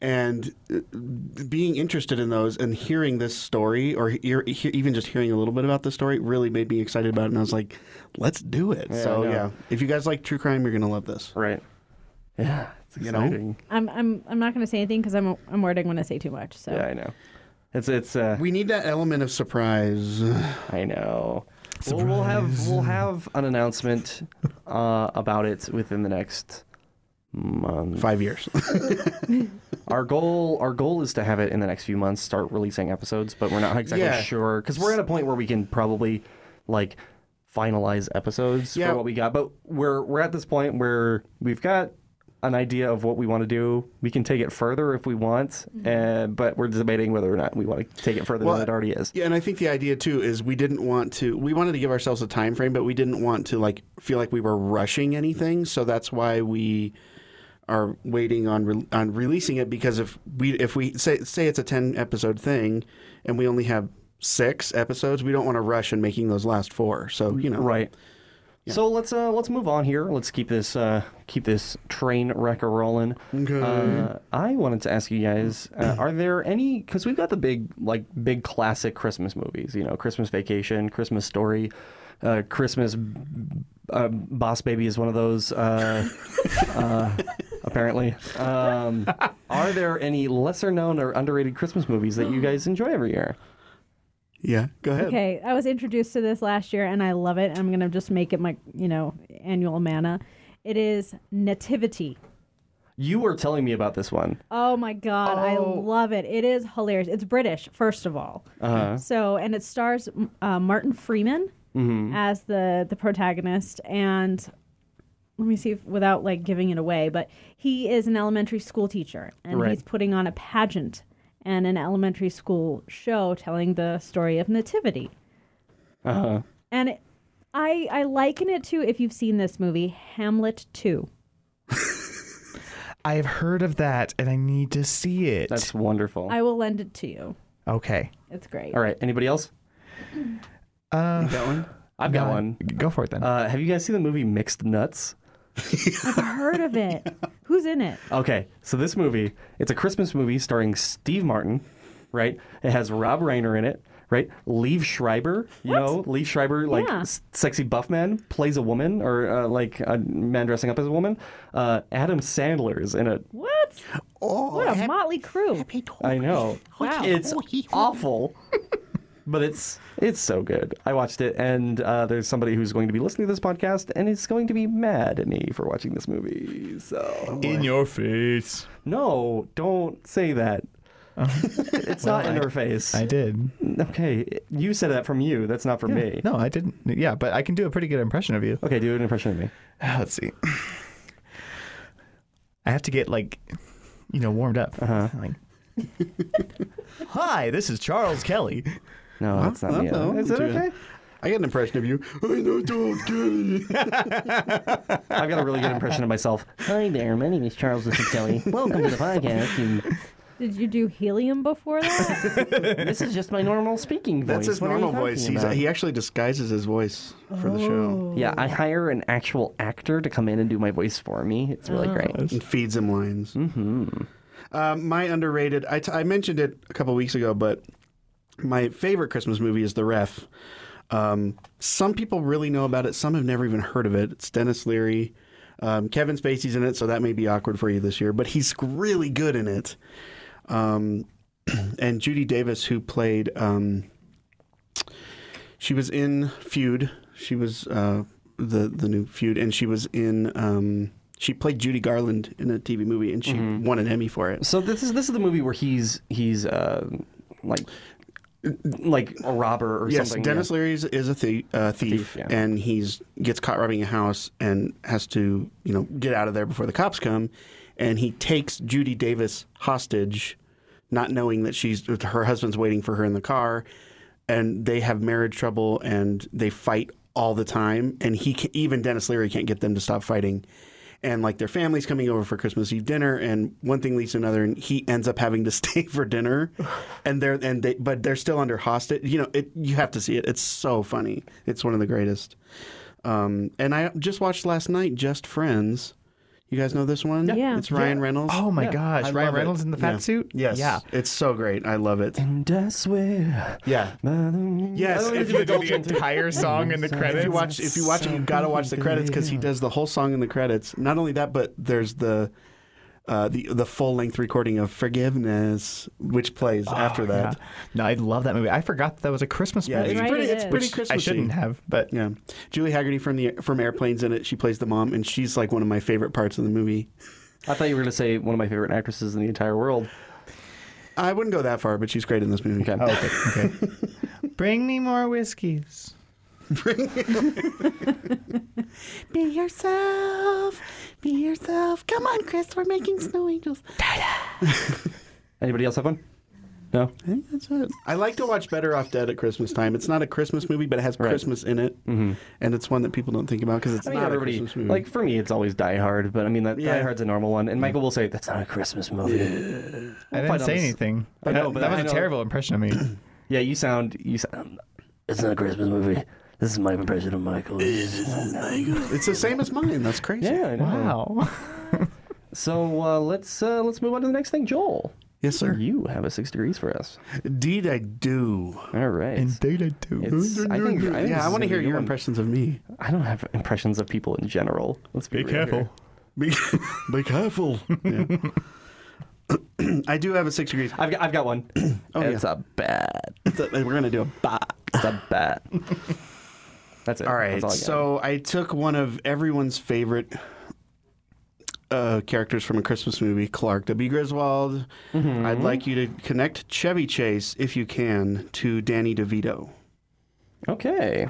Speaker 3: And uh, being interested in those and hearing this story or hear, hear, even just hearing a little bit about the story really made me excited about it. And I was like, let's do it.
Speaker 1: Yeah,
Speaker 3: so,
Speaker 1: I know.
Speaker 3: yeah. If you guys like true crime, you're going to love this.
Speaker 1: Right. Yeah, it's
Speaker 3: You know?
Speaker 1: exciting.
Speaker 2: I'm I'm I'm not going to say anything because I'm I'm wording when I say too much. So
Speaker 1: Yeah, I know. It's it's. Uh,
Speaker 3: We need that element of surprise. uh,
Speaker 1: I know. We'll, we'll have we'll have an announcement uh, about it within the next month.
Speaker 3: Five years.
Speaker 1: Our goal, our goal is to have it in the next few months. Start releasing episodes, but we're not exactly
Speaker 3: Yeah.
Speaker 1: sure because we're at a point where we can probably like finalize episodes
Speaker 3: Yeah.
Speaker 1: for what we got. But we're we're at this point where we've got an idea of what we want to do. We can take it further if we want, uh, but we're debating whether or not we want to take it further
Speaker 3: Mm-hmm. Well,
Speaker 1: than it already is.
Speaker 3: Yeah, and I think the idea too is we didn't want to. We wanted to give ourselves a time frame, but we didn't want to like feel like we were rushing anything. So that's why we are waiting on re- on releasing it because if we if we say say it's a ten episode thing, and we only have six episodes, we don't want to rush in making those last four. So you know,
Speaker 1: Right. So let's uh, let's move on here. Let's keep this uh, keep this train wreck a rolling.
Speaker 3: Okay.
Speaker 1: Uh, I wanted to ask you guys: uh, Are there any? Because we've got the big like big classic Christmas movies. You know, Christmas Vacation, Christmas Story, uh, Christmas. Uh, Boss Baby is one of those. Uh, uh, apparently, um, are there any lesser known or underrated Christmas movies that you guys enjoy every year?
Speaker 3: Yeah, go ahead.
Speaker 2: Okay, I was introduced to this last year and I love it. I'm going to just make it my, you know, annual mana. It is Nativity.
Speaker 1: You were telling me about this one.
Speaker 2: Oh my god, I love it. It is hilarious. It's British, first of all.
Speaker 1: Uh,
Speaker 2: So, and it stars m- uh, Martin Freeman as the the protagonist, and let me see if, without like giving it away, but he is an elementary school teacher, and
Speaker 1: Right.
Speaker 2: he's putting on a pageant and an elementary school show telling the story of nativity.
Speaker 1: Uh-huh.
Speaker 2: And it, I I liken it to if you've seen this movie Hamlet 2.
Speaker 4: I've heard of that and I need to see it.
Speaker 1: That's wonderful.
Speaker 2: I will lend it to you.
Speaker 4: okay.
Speaker 2: It's great.
Speaker 1: All right. Anybody else?
Speaker 4: Uh,
Speaker 3: That one?
Speaker 1: I've got one.
Speaker 4: Go for it then.
Speaker 1: Uh, have you guys seen the movie Mixed Nuts?
Speaker 2: I've heard of it. Who's in it?
Speaker 1: Okay, so this movie, it's a Christmas movie starring Steve Martin, right? It has Rob Reiner in it, right? Liev Schreiber, you know, Liev Schreiber, like
Speaker 2: Yeah.
Speaker 1: s- sexy buff man, plays a woman or uh, like a man dressing up as a woman. Uh, Adam Sandler is in it.
Speaker 2: What?
Speaker 3: Oh,
Speaker 2: What a motley crew.
Speaker 1: I know.
Speaker 2: Wow.
Speaker 1: It's awful. But it's it's so good. I watched it, and uh, there's somebody who's going to be listening to this podcast, and is going to be mad at me for watching this movie. So
Speaker 4: In your face.
Speaker 1: No, don't say that.
Speaker 5: Uh-huh.
Speaker 1: it's not in her face.
Speaker 4: I did.
Speaker 1: okay, you said that from you. That's not from me.
Speaker 4: No, I didn't. Yeah, but I can do a pretty good impression of you.
Speaker 1: Okay, do an impression of me.
Speaker 4: Uh, Let's see. I have to get like, you know, warmed up. Like, Hi, this is Charles Kelly.
Speaker 1: No,
Speaker 5: Uh-huh.
Speaker 1: that's not me.
Speaker 3: no,
Speaker 1: Is it
Speaker 3: Uh-huh. do it.
Speaker 1: okay?
Speaker 3: I get an impression of you. I know Charles Kelly.
Speaker 1: I've got a really good impression of myself.
Speaker 5: Hi there, my name is Charles Listen Kelly. Welcome to the podcast. and
Speaker 2: Did you do helium before that?
Speaker 5: this is just my normal speaking voice.
Speaker 3: That's his
Speaker 5: What are you
Speaker 3: normal
Speaker 5: talking
Speaker 3: voice. He's,
Speaker 5: about?
Speaker 3: he actually disguises his voice for the show
Speaker 5: Yeah, I hire an actual actor to come in and do my voice for me. It's really great.
Speaker 3: and feeds him lines. Mm-hmm. Um, my underrated, I, t- I mentioned it a couple weeks ago, but my favorite Christmas movie is The Ref. Um, some people really know about it, some have never even heard of it. It's Dennis Leary. Um, Kevin Spacey's in it, so that may be awkward for you this year, but he's really good in it. Um, and Judy Davis, who played. Um, She was in Feud. She was uh, the the new Feud, and she was in. Um, she played Judy Garland in a TV movie, and she won an Emmy for it.
Speaker 1: So this is this is the movie where he's he's uh, like like a robber or
Speaker 3: yes,
Speaker 1: something.
Speaker 3: Dennis
Speaker 1: yeah.
Speaker 3: Leary is, is a thie- uh, thief,
Speaker 1: thief, yeah.
Speaker 3: and he's gets caught robbing a house and has to you know get out of there before the cops come, and he takes Judy Davis hostage, not knowing that she's her husband's waiting for her in the car, and they have marriage trouble and they fight all the time, and he can, even Dennis Leary can't get them to stop fighting. And like their family's coming over for Christmas Eve dinner, and one thing leads to another, and he ends up having to stay for dinner, and they're and they but they're still under hostage. You know, it you have to see it. It's so funny. It's one of the greatest. Um, and I just watched last night, Just Friends. You guys know this one?
Speaker 2: Yeah.
Speaker 3: It's Ryan Reynolds.
Speaker 4: Oh my gosh,
Speaker 3: I
Speaker 4: Ryan
Speaker 3: love it.
Speaker 4: Reynolds in the fat
Speaker 3: Yeah.
Speaker 4: suit.
Speaker 3: Yes.
Speaker 4: Yeah.
Speaker 3: It's so great. I love it.
Speaker 1: And I swear.
Speaker 3: Yeah. Yes. If you,
Speaker 4: you do the entire song in the credits.
Speaker 3: if you watch, if you watch it, you gotta watch the credits because he does the whole song in the credits. Not only that, but there's the. Uh, the the full length recording of Forgiveness, which plays after that.
Speaker 4: No, I love that movie. I forgot that was a Christmas
Speaker 3: Yeah,
Speaker 4: movie.
Speaker 3: it's
Speaker 2: Right,
Speaker 3: pretty.
Speaker 2: it
Speaker 3: it's
Speaker 2: is.
Speaker 3: pretty
Speaker 2: Which
Speaker 3: Christmassy.
Speaker 4: I shouldn't have, but
Speaker 3: Yeah, Julie Haggerty from the from Airplanes in it. She plays the mom, and she's like one of my favorite parts of the movie.
Speaker 1: I thought you were gonna say one of my favorite actresses in the entire world.
Speaker 3: I wouldn't go that far, but she's great in this movie.
Speaker 1: Okay.
Speaker 4: Oh, okay. okay. Bring me more whiskeys.
Speaker 3: Be yourself. Be yourself. Come on, Chris. We're making snow angels.
Speaker 1: Anybody else have one? No.
Speaker 3: I think that's it. I like to watch Better Off Dead at Christmas time. It's not a Christmas movie, but it has Christmas in it, and it's one that people don't think about because it's
Speaker 1: I mean,
Speaker 3: not a
Speaker 1: everybody
Speaker 3: Christmas movie.
Speaker 1: like for me, it's always Die Hard, but I mean that
Speaker 3: Yeah.
Speaker 1: Die Hard's a normal one. And Michael will say that's not a Christmas movie.
Speaker 4: I
Speaker 1: find
Speaker 4: didn't
Speaker 1: out
Speaker 4: say
Speaker 1: this-
Speaker 4: anything.
Speaker 1: I know,
Speaker 4: That-
Speaker 1: but
Speaker 4: that
Speaker 1: I
Speaker 4: was a
Speaker 1: know-
Speaker 4: terrible impression of me.
Speaker 1: Yeah, you sound you sound.
Speaker 5: It's not a Christmas movie. This is my impression of Michael.
Speaker 3: it's the same as mine. That's crazy.
Speaker 1: Yeah, I know.
Speaker 4: wow.
Speaker 1: So uh, let's uh, let's move on to the next thing, Joel.
Speaker 3: Yes, sir.
Speaker 1: You have a six degrees for us.
Speaker 3: Indeed, I do.
Speaker 1: All right.
Speaker 4: Indeed, I do.
Speaker 1: It's- I think- I think this
Speaker 3: yeah, I
Speaker 1: is
Speaker 3: want
Speaker 1: gonna
Speaker 3: to hear
Speaker 1: be a
Speaker 3: your
Speaker 1: good one.
Speaker 3: impressions of me.
Speaker 1: I don't have impressions of people in general. Let's be, real here.
Speaker 3: Be, be careful. Yeah. I do have a six degrees.
Speaker 1: I've got, I've got one.
Speaker 3: Oh, yeah.
Speaker 1: it's a bad.
Speaker 3: It's a- we're gonna do a bop.
Speaker 1: It's a bad. That's it.
Speaker 3: All right.
Speaker 1: That's all I got.
Speaker 3: so I took one of everyone's favorite uh, characters from a Christmas movie, Clark W. Griswold.
Speaker 1: Mm-hmm.
Speaker 3: I'd like you to connect Chevy Chase, if you can, to Danny DeVito.
Speaker 1: okay.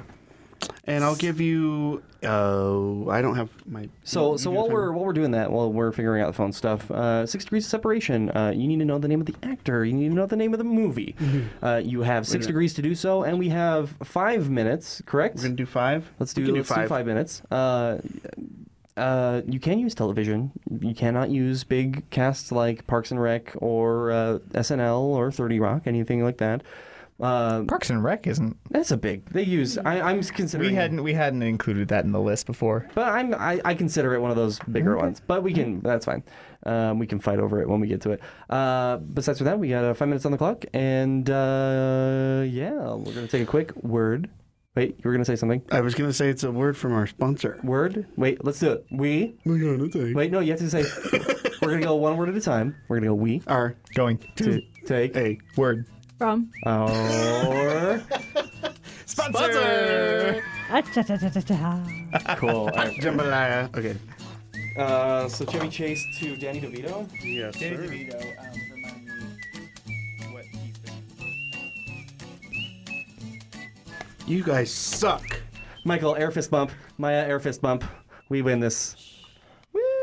Speaker 3: And I'll give you. Uh, I don't have my.
Speaker 1: So,
Speaker 3: you
Speaker 1: so
Speaker 3: do
Speaker 1: while
Speaker 3: the
Speaker 1: we're
Speaker 3: timer.
Speaker 1: while we're doing that, while we're figuring out the phone stuff, uh, Six Degrees of Separation. Uh, you need to know the name of the actor. You need to know the name of the movie.
Speaker 3: Mm-hmm.
Speaker 1: Uh, you have six degrees to do so, and we have five minutes. Correct.
Speaker 3: We're gonna do five.
Speaker 1: Let's
Speaker 3: We
Speaker 1: do,
Speaker 3: can
Speaker 1: let's do five minutes. Uh, uh, you can use television. You cannot use big casts like Parks and Rec or uh, SNL or Thirty Rock, anything like that. Uh,
Speaker 4: Parks and Rec isn't.
Speaker 1: that's a big. They use. I, I'm considering.
Speaker 4: We hadn't we hadn't included that in the list before.
Speaker 1: But I'm I, I consider it one of those bigger ones. But we can that's fine. Um, we can fight over it when we get to it. Uh, besides from that, we got uh, five minutes on the clock, and uh, yeah, we're gonna take a quick word. Wait, you were gonna say something?
Speaker 3: I was gonna say it's a word from our sponsor.
Speaker 1: Word? Wait, let's do it. We?
Speaker 3: Oh
Speaker 1: Wait, no, you have to say. we're gonna go one word at a time. We're gonna go we
Speaker 3: Our
Speaker 4: Going
Speaker 1: to
Speaker 4: to
Speaker 1: take
Speaker 3: a
Speaker 4: word
Speaker 2: From.
Speaker 1: our
Speaker 4: sponsor.
Speaker 2: Ah-cha-cha-cha-cha-cha.
Speaker 1: cool.
Speaker 3: jambalaya. Okay.
Speaker 1: Uh, so Chevy Chase to Danny DeVito.
Speaker 3: Yes, sir. You guys suck.
Speaker 1: Michael, air fist bump. Maya, air fist bump. We win this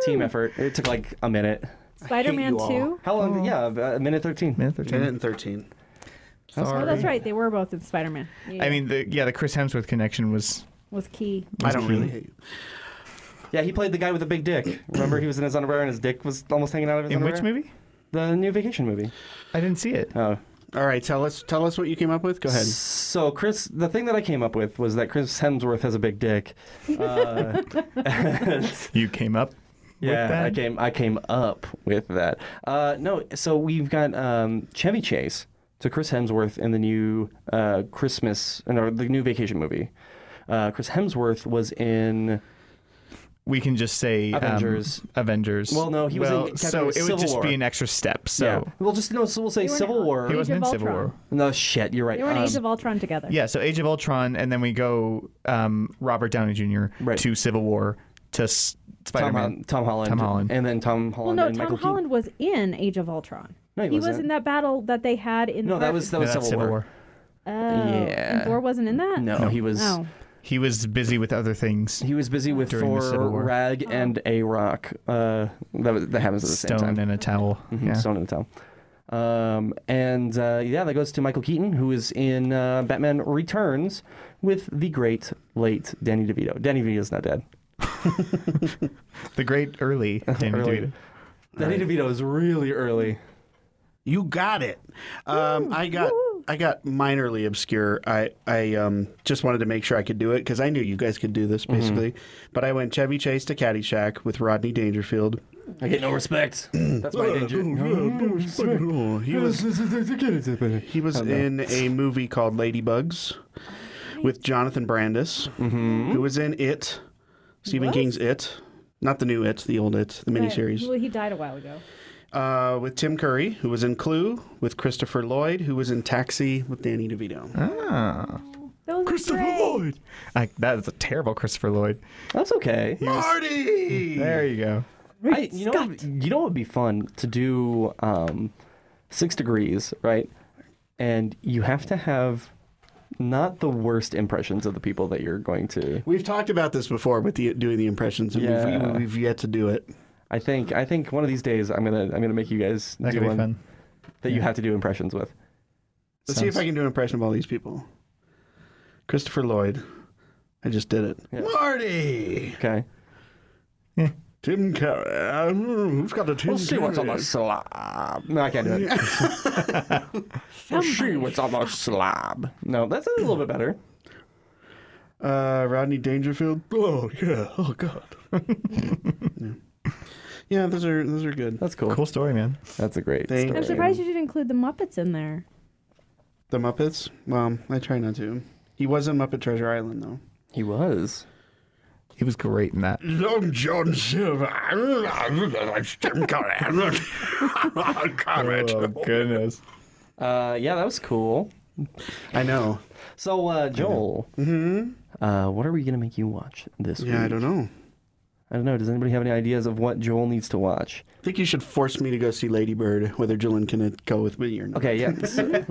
Speaker 1: team effort. It took like a minute.
Speaker 2: Spider-Man
Speaker 3: you all.
Speaker 2: 2.
Speaker 1: How long? Yeah, about a minute 13.
Speaker 4: Minute
Speaker 3: Ten
Speaker 4: 13.
Speaker 3: and thirteen.
Speaker 2: Oh, that's right. They were both in Spider-Man. Yeah,
Speaker 4: I mean, the, yeah, the Chris Hemsworth connection was
Speaker 2: was key.
Speaker 3: I don't really hate you.
Speaker 1: Yeah, he played the guy with the big dick. Remember, he was in his underwear and his dick was almost hanging out of his
Speaker 4: in
Speaker 1: underwear?
Speaker 4: which movie?
Speaker 1: The new vacation movie.
Speaker 4: I didn't see it.
Speaker 1: Oh.
Speaker 3: All right, tell us tell us what you came up with. Go ahead.
Speaker 1: So, Chris, the thing that I came up with was that Chris Hemsworth has a big dick. Uh,
Speaker 4: You came up. with
Speaker 1: yeah,
Speaker 4: that?
Speaker 1: I came, I came up with that. Uh, no, so we've got um, Chevy Chase to Chris Hemsworth in the new uh, Christmas, no, the new vacation movie. Uh, Chris Hemsworth was in.
Speaker 4: We can just say um,
Speaker 1: Avengers.
Speaker 4: Avengers.
Speaker 1: Well, no, he was in
Speaker 4: Well,
Speaker 1: Captain
Speaker 4: so it
Speaker 1: Civil
Speaker 4: would just
Speaker 1: War.
Speaker 4: be an extra step. So
Speaker 1: yeah. We'll just no, so we'll say
Speaker 2: They were in
Speaker 1: Civil
Speaker 2: Al-
Speaker 1: War.
Speaker 4: he
Speaker 2: Age
Speaker 4: wasn't in
Speaker 2: of
Speaker 4: Civil
Speaker 2: Ultron.
Speaker 4: War.
Speaker 1: No shit, you're right.
Speaker 2: They were in
Speaker 1: Um,
Speaker 2: Age of Ultron together.
Speaker 4: Yeah, so Age of Ultron, and then we go um, Robert Downey Jr.
Speaker 1: Right.
Speaker 4: to Civil War to S- Spider
Speaker 1: Tom,
Speaker 4: Man.
Speaker 1: Hol- Tom Holland.
Speaker 4: Tom Holland.
Speaker 1: And then Tom
Speaker 2: Well,
Speaker 1: Holland
Speaker 2: no,
Speaker 1: and
Speaker 2: Tom
Speaker 1: Michael Keaton.
Speaker 2: Holland was in Age of Ultron.
Speaker 1: No, he
Speaker 2: was
Speaker 1: wasn't.
Speaker 2: in that battle that they had in.
Speaker 1: No, that was that was Civil, War.
Speaker 2: Oh,
Speaker 1: Yeah.
Speaker 2: And Thor wasn't in that.
Speaker 1: No, he was
Speaker 2: Oh.
Speaker 4: He was busy with other things.
Speaker 1: he was busy with
Speaker 4: During the
Speaker 1: Thor,
Speaker 4: Civil War.
Speaker 1: Rag, and
Speaker 2: Oh.
Speaker 1: A Rock. Uh, that was, that happens at the same time.
Speaker 4: Stone and a towel.
Speaker 1: Mhm,
Speaker 4: Yeah.
Speaker 1: Stone and Tom. Um, and uh, yeah, that goes to Michael Keaton, who is in uh, Batman Returns with the great late Danny DeVito. Danny DeVito's not dead.
Speaker 4: The great early Danny
Speaker 1: Early.
Speaker 4: DeVito.
Speaker 1: Danny DeVito is really early.
Speaker 3: You got it. Um, I got I got minorly obscure. I I um, just wanted to make sure I could do it because I knew you guys could do this basically. But I went Chevy Chase to Caddyshack with Rodney Dangerfield.
Speaker 1: I get no respect. That's my danger. oh,
Speaker 3: He was he was in a movie called Ladybugs with Jonathan Brandis, who was in It, Stephen
Speaker 2: What?
Speaker 3: King's It, not the new It, the old It, the
Speaker 2: Right.
Speaker 3: miniseries.
Speaker 2: Well, he died a while ago.
Speaker 3: uh, with Tim Curry, who was in Clue, with Christopher Lloyd, who was in Taxi with Danny DeVito.
Speaker 4: Ah.
Speaker 2: Those are
Speaker 4: Christopher
Speaker 2: great.
Speaker 4: Lloyd. I, that is a terrible Christopher Lloyd. Mm,
Speaker 1: That's okay.
Speaker 3: Marty!
Speaker 4: There you go.
Speaker 1: I, you know, what- you know, it'd be fun to do um, six degrees, right? And you have to have not the worst impressions of the people that you're going to.
Speaker 3: We've talked about this before with the doing the impressions, and
Speaker 1: Yeah.
Speaker 3: we've, we've yet to do it.
Speaker 1: I think, I think one of these days, I'm gonna, I'm gonna make you guys
Speaker 4: That
Speaker 1: do
Speaker 4: could be
Speaker 1: one
Speaker 4: fun.
Speaker 1: that you have to do impressions with.
Speaker 3: Let's see if
Speaker 4: Sounds-
Speaker 3: I can do an impression of all these people. Christopher Lloyd, I just did it.
Speaker 1: Yeah.
Speaker 3: Marty,
Speaker 1: Okay.
Speaker 3: Tim Curry. I don't know Who's got the Tim Curry?
Speaker 1: slab. No, I can't do it. We'll see what's on the slab. No, that's a little bit better.
Speaker 3: Uh, Rodney Dangerfield. Oh yeah. Oh god. yeah. Yeah, those are those are good.
Speaker 1: That's cool.
Speaker 4: Cool story, man.
Speaker 1: That's a great.
Speaker 3: Thank-
Speaker 1: story.
Speaker 2: I'm surprised you didn't include the Muppets in there.
Speaker 3: The Muppets. Well, I try not to. He was in Muppet Treasure Island though.
Speaker 1: He was.
Speaker 4: He was great in that.
Speaker 3: I'm John Silver. I'm Tim Curry. I'm
Speaker 4: Oh, goodness.
Speaker 1: Uh, yeah, that was cool.
Speaker 3: I know.
Speaker 1: So, uh, Joel,
Speaker 3: Mm-hmm.
Speaker 1: uh, what are we gonna make you watch this week?
Speaker 3: Yeah, I don't know.
Speaker 1: I don't know. Does anybody have any ideas of what Joel needs to watch?
Speaker 3: I think you should force me to go see Lady Bird, whether Jillian can go with me or not.
Speaker 1: Okay, yeah.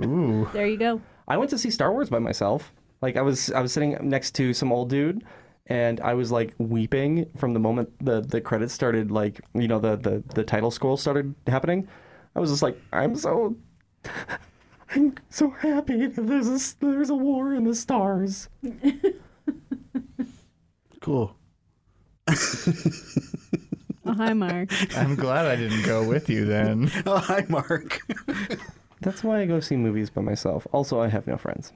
Speaker 4: Ooh.
Speaker 2: There you go.
Speaker 1: I went to see Star Wars by myself. Like I was I was sitting next to some old dude and I was like weeping from the moment the the credits started like you know the the, the title scroll started happening. I was just like I'm so I'm so happy that there's a s- there's a war in the stars.
Speaker 3: Cool.
Speaker 2: Oh, hi, Mark.
Speaker 4: I'm glad I didn't go with you then.
Speaker 3: Oh, hi, Mark.
Speaker 1: That's why I go see movies by myself. Also, I have no friends.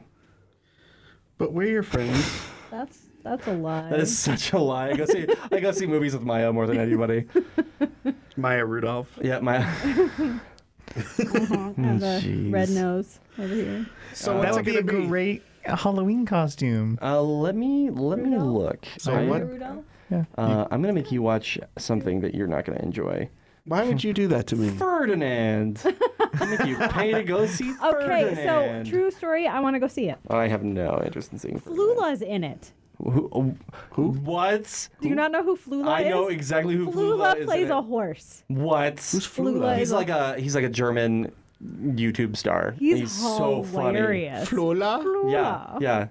Speaker 3: but we're your friends.
Speaker 2: That's that's a lie.
Speaker 1: That is such a lie. I go see I go see movies with Maya more than anybody.
Speaker 3: Maya Rudolph.
Speaker 1: Yeah, Maya.
Speaker 2: Uh-huh. I have a red nose over here.
Speaker 3: So
Speaker 4: that
Speaker 3: what's
Speaker 4: would
Speaker 3: it
Speaker 4: be a
Speaker 3: gonna be?
Speaker 4: great Halloween costume.
Speaker 1: Uh, let me let me
Speaker 2: Rudolph?
Speaker 1: look.
Speaker 3: So
Speaker 1: I,
Speaker 3: what-
Speaker 2: Rudolph?
Speaker 1: Uh, I'm gonna make you watch something that you're not gonna enjoy.
Speaker 3: Why would you do that to me?
Speaker 1: Ferdinand. I'll make you pay to go see
Speaker 2: Okay,
Speaker 1: Ferdinand. Oh,
Speaker 2: so true story. I want to go see it.
Speaker 1: I have no interest in seeing. Ferdinand.
Speaker 2: Flula's in it.
Speaker 1: Who, who? What?
Speaker 2: Do you not know who Flula
Speaker 1: I
Speaker 2: is?
Speaker 1: know exactly who Flula,
Speaker 2: Flula,
Speaker 1: is.
Speaker 2: plays
Speaker 1: in it.
Speaker 2: a horse.
Speaker 1: What?
Speaker 3: Who's
Speaker 2: Flula
Speaker 3: Flula?
Speaker 2: is
Speaker 1: he's like a he's like a German YouTube star.
Speaker 2: He's,
Speaker 1: so funny.
Speaker 2: hilarious.
Speaker 3: Flula?
Speaker 2: Flula.
Speaker 1: Yeah, yeah.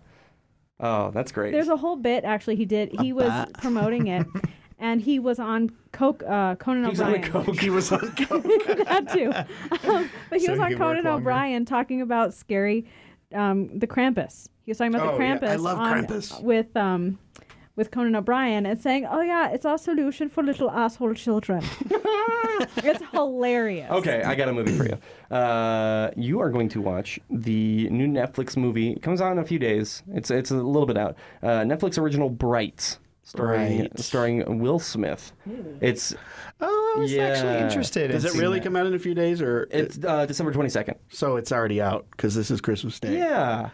Speaker 1: Oh, that's great.
Speaker 2: There's a whole bit actually he did. He was promoting it, and he was on Coke, uh, Conan
Speaker 1: he's on a
Speaker 2: O'Brien.
Speaker 1: coke.
Speaker 3: He was on
Speaker 2: that too. Um, but he
Speaker 4: So
Speaker 2: was on
Speaker 4: he could work
Speaker 2: Conan
Speaker 4: longer.
Speaker 2: O'Brien talking about scary, um, the Krampus. He was talking about
Speaker 3: Oh,
Speaker 2: the
Speaker 3: yeah.
Speaker 2: Krampus.
Speaker 3: I love
Speaker 2: on-
Speaker 3: Krampus.
Speaker 2: With um, with Conan O'Brien and saying, "Oh yeah, it's our solution for little asshole children." it's hilarious.
Speaker 1: Okay, I got a movie for you. Uh, you are going to watch the new Netflix movie. It comes out in a few days. It's it's a little bit out. Uh, Netflix original Bright, starring
Speaker 3: Bright.
Speaker 1: starring Will Smith. It's
Speaker 4: Oh, I was actually
Speaker 1: Yeah.
Speaker 4: interested.
Speaker 3: Does
Speaker 4: in
Speaker 3: it
Speaker 4: seeing
Speaker 3: really
Speaker 4: that.
Speaker 3: come out in a few days, or
Speaker 1: it's uh, December twenty second.
Speaker 3: so it's already out because this is Christmas Day?
Speaker 1: Yeah,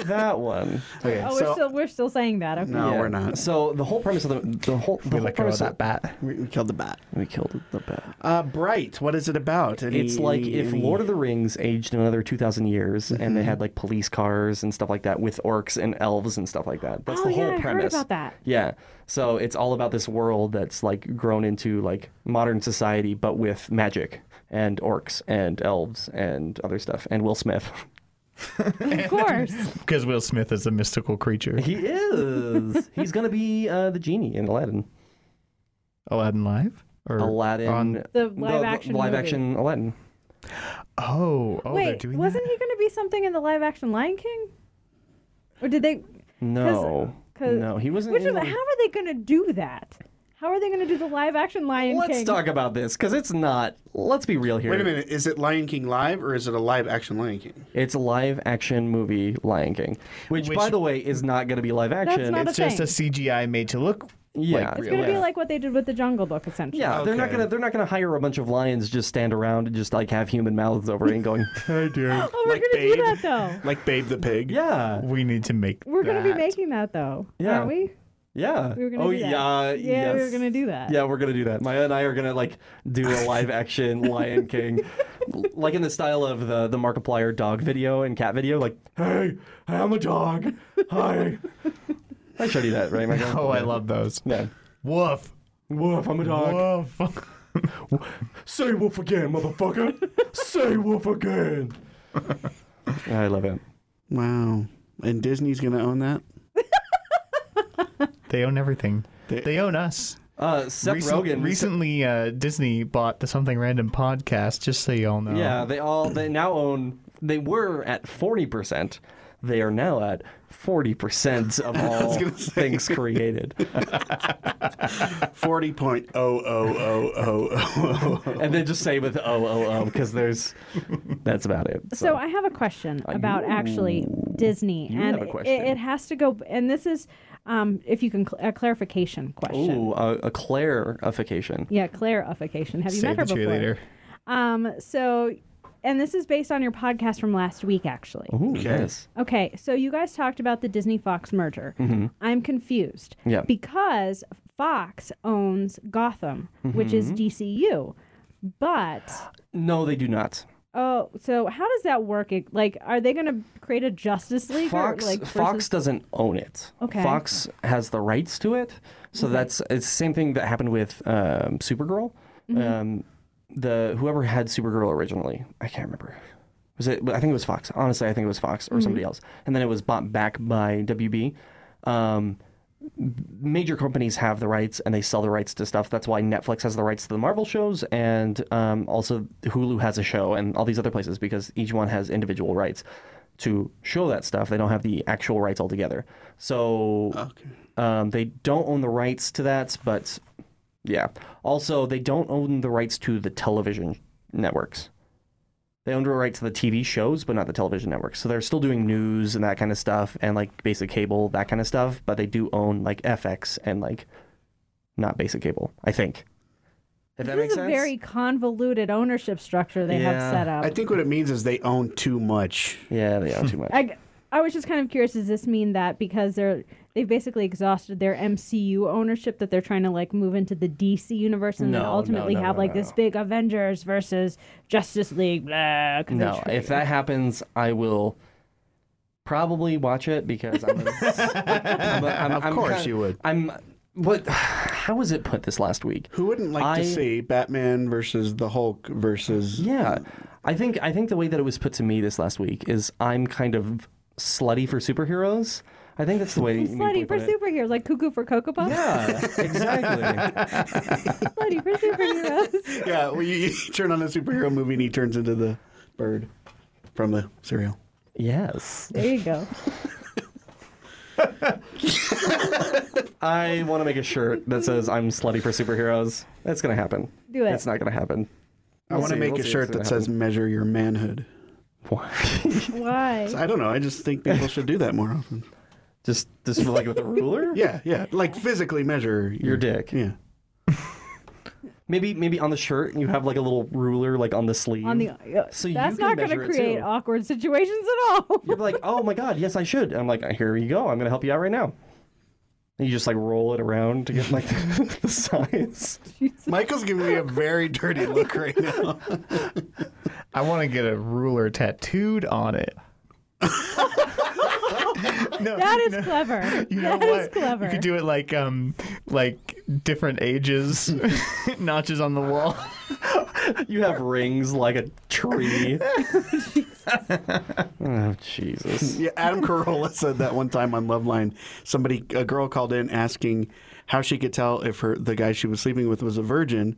Speaker 1: that one.
Speaker 3: Okay.
Speaker 2: Oh,
Speaker 3: so
Speaker 2: we're still we're still saying that. Okay.
Speaker 3: no,
Speaker 1: Yeah.
Speaker 3: we're not.
Speaker 1: So the whole premise of the the whole the
Speaker 4: We
Speaker 1: whole
Speaker 4: let go of
Speaker 1: premise
Speaker 4: that bat.
Speaker 3: We, we killed the bat.
Speaker 1: we killed the bat.
Speaker 3: Uh, Bright. What is it about? Any-
Speaker 1: It's like if
Speaker 3: any-
Speaker 1: Lord of the Rings aged another two thousand years, and they had like police cars and stuff like that with orcs and elves and stuff like that. That's
Speaker 2: Oh
Speaker 1: the whole
Speaker 2: yeah, I heard
Speaker 1: premise.
Speaker 2: about that.
Speaker 1: Yeah. So it's all about this world that's like grown into like modern society, but with magic and orcs and elves and other stuff and Will Smith.
Speaker 2: Of course.
Speaker 4: Because Will Smith is a mystical creature.
Speaker 1: He is. He's gonna be uh, the genie in Aladdin.
Speaker 4: Aladdin live or
Speaker 1: Aladdin.
Speaker 4: on-
Speaker 2: The live action.
Speaker 1: live
Speaker 2: movie.
Speaker 1: action Aladdin.
Speaker 4: Oh, oh, they're
Speaker 2: Wait,
Speaker 4: doing
Speaker 2: wasn't
Speaker 4: that?
Speaker 2: he going to be something in the live action Lion King? Or did they?
Speaker 1: Hmm. No.
Speaker 2: 'cause-
Speaker 1: no, he wasn't.
Speaker 2: Which
Speaker 1: in
Speaker 2: is, how
Speaker 1: the-
Speaker 2: are they going to do that? How are they going to do the live action Lion
Speaker 1: Let's
Speaker 2: King?
Speaker 1: talk about this because it's not. Let's be real here.
Speaker 3: Wait a minute. Is it Lion King live or is it a live action Lion King?
Speaker 1: It's a live action movie Lion King, which, by
Speaker 4: Which-
Speaker 1: the way is not going to be live action.
Speaker 2: not
Speaker 1: It's-
Speaker 4: It's just a
Speaker 2: thing?
Speaker 4: CGI made to look
Speaker 1: Yeah.
Speaker 4: like
Speaker 1: It's
Speaker 2: It's
Speaker 4: real.
Speaker 2: going to be
Speaker 1: Yeah.
Speaker 2: like what they did with the Jungle Book, essentially.
Speaker 1: yeah, they're not
Speaker 3: Okay.
Speaker 1: gonna they're not gonna hire a bunch of lions just stand around and just like have human mouths over it and going,
Speaker 3: I do.
Speaker 2: Oh, we're
Speaker 3: like
Speaker 2: going to
Speaker 3: Babe.
Speaker 2: do that though.
Speaker 3: Like Babe the Pig.
Speaker 1: yeah,
Speaker 4: We need to make.
Speaker 2: We're going to be
Speaker 4: that.
Speaker 2: making that though,
Speaker 1: Yeah.
Speaker 2: aren't we?
Speaker 1: yeah.
Speaker 2: We were gonna
Speaker 1: oh
Speaker 2: do that.
Speaker 1: yeah,
Speaker 2: Yeah, we were
Speaker 1: yes.
Speaker 2: going to do that.
Speaker 1: Yeah, we're gonna do that. Maya and I are gonna like do a live action Lion King, l- like in the style of the the Markiplier dog video and cat video. Like, hey, I'm a dog. Hi. I showed you that, right, Michael?
Speaker 4: Oh, I love those.
Speaker 1: Yeah.
Speaker 4: Woof.
Speaker 1: Woof, I'm a dog.
Speaker 4: Woof.
Speaker 1: Say wolf again, motherfucker. Say wolf again. I love it.
Speaker 3: Wow. And Disney's gonna own that.
Speaker 4: They own everything.
Speaker 3: They-
Speaker 4: They, own us.
Speaker 1: Uh, Seth
Speaker 4: Recent-
Speaker 1: Rogen.
Speaker 4: Recently, uh, Disney bought the Something Random podcast, just so you all know.
Speaker 1: Yeah, they all they now own. They were at forty percent. They are now at forty percent of all things created,
Speaker 3: Forty point oh oh oh oh oh. oh.
Speaker 1: and they just say with oh oh oh because there's that's about it.
Speaker 2: So I have a question about actually Disney,
Speaker 1: you
Speaker 2: and
Speaker 1: have a
Speaker 2: it-
Speaker 1: question.
Speaker 2: It, has to go. And this is, um, if you can, cl- a clarification question.
Speaker 1: Ooh, a, a clarification.
Speaker 2: Yeah, clarification. Have you
Speaker 4: Save
Speaker 2: met her
Speaker 4: the
Speaker 2: before?
Speaker 4: cheerleader.
Speaker 2: Um, so, and this is based on your podcast from last week, actually.
Speaker 4: Uh-huh.
Speaker 1: Ooh,
Speaker 3: Okay.
Speaker 1: yes.
Speaker 2: Okay, so you guys talked about the Disney Fox merger.
Speaker 4: Mm-hmm.
Speaker 2: I'm confused.
Speaker 1: Yeah.
Speaker 2: Because Fox owns Gotham, which
Speaker 4: Mm-hmm.
Speaker 2: is DCU. But,
Speaker 1: No, they do not.
Speaker 2: oh, so how does that work? It- Like, are they going to create a Justice League?
Speaker 1: Fox
Speaker 2: or, like,
Speaker 1: Fox
Speaker 2: versus-
Speaker 1: doesn't own it.
Speaker 2: Okay.
Speaker 1: Fox has the rights to it. So that's it's the same thing that happened with um,
Speaker 2: Mm-hmm.
Speaker 1: Supergirl. Um, the whoever had Supergirl originally, I can't remember. was it? I think it was Fox. Honestly, I think it was Fox
Speaker 2: Mm-hmm.
Speaker 1: or somebody else. And then it was bought back by WB. Um, major companies have the rights and they sell the rights to stuff. That's why Netflix has the rights to the Marvel shows, and um, also Hulu has a show, and all these other places because each one has individual rights to show that stuff. They don't have the actual rights altogether. So
Speaker 3: Okay.
Speaker 1: um, they don't own the rights to that, but yeah. Also, they don't own the rights to the television networks. They own the rights to the TV shows, but not the television networks. So they're still doing news and that kind of stuff, and like basic cable, that kind of stuff. But they do own like FX and like not basic cable. I think. If that
Speaker 2: this
Speaker 1: makes
Speaker 2: is a
Speaker 1: sense.
Speaker 2: very convoluted ownership structure they
Speaker 1: Yeah.
Speaker 2: have set up.
Speaker 3: I think what it means is they own too much.
Speaker 1: Yeah, they own too much.
Speaker 2: I, g- I was just kind of curious. Does this mean that because they're they've basically exhausted their MCU ownership that they're trying to like move into the DC universe and then
Speaker 1: No, no,
Speaker 2: ultimately
Speaker 1: no,
Speaker 2: have
Speaker 1: no,
Speaker 2: like
Speaker 1: no.
Speaker 2: this big Avengers versus Justice League? Blah, 'cause they
Speaker 1: No,
Speaker 2: tr-
Speaker 1: if that happens, I will probably watch it because I'm. A, I'm, a, I'm
Speaker 3: Of
Speaker 1: I'm
Speaker 3: course
Speaker 1: kinda-
Speaker 3: you would.
Speaker 1: I'm. What? How was it put this last week?
Speaker 3: Who wouldn't like
Speaker 1: I-
Speaker 3: to see Batman versus the Hulk versus?
Speaker 1: Yeah, I think I think the way that it was put to me this last week is I'm kind of slutty for superheroes. I think that's the way.
Speaker 2: He's slutty for superheroes, like cuckoo for Cocoa Puffs.
Speaker 1: Yeah, exactly.
Speaker 2: Slutty for superheroes.
Speaker 3: Yeah, well, you, you turn on a superhero movie and he turns into the bird from the cereal.
Speaker 1: yes.
Speaker 2: there you go.
Speaker 1: I want to make a shirt that says I'm slutty for superheroes. That's gonna happen.
Speaker 2: Do it.
Speaker 1: It's not gonna happen.
Speaker 3: I want to
Speaker 1: see,
Speaker 3: make
Speaker 1: we'll
Speaker 3: a
Speaker 1: see
Speaker 3: shirt
Speaker 1: what's
Speaker 3: that
Speaker 1: gonna
Speaker 3: says "Measure Your Manhood."
Speaker 2: Why?
Speaker 3: I don't know. I just think people should do that more often.
Speaker 1: Just just like with a ruler.
Speaker 3: Yeah, yeah, like physically measure your,
Speaker 1: Your dick.
Speaker 3: Yeah,
Speaker 1: Maybe maybe on the shirt you have like a little ruler like on the sleeve.
Speaker 2: On the uh,
Speaker 1: So you
Speaker 2: that's
Speaker 1: can
Speaker 2: not going to
Speaker 1: measure it,
Speaker 2: create
Speaker 1: too.
Speaker 2: awkward situations at all.
Speaker 1: You're like, oh my god, yes I should. I'm like, here you go. I'm gonna help you out right now. And you just like roll it around to get like the size.
Speaker 3: Michael's giving me a very dirty look right now.
Speaker 4: I want to get a ruler tattooed on it. no,
Speaker 2: That is
Speaker 4: no,
Speaker 2: clever.
Speaker 4: you know
Speaker 2: That is
Speaker 4: what?
Speaker 2: clever.
Speaker 4: You could do it like um, like different ages, notches on the wall.
Speaker 1: You have rings like a tree. oh Jesus.
Speaker 3: Yeah, Adam Carolla said that one time on Loveline. Somebody, a girl called in asking how she could tell if her the guy she was sleeping with was a virgin,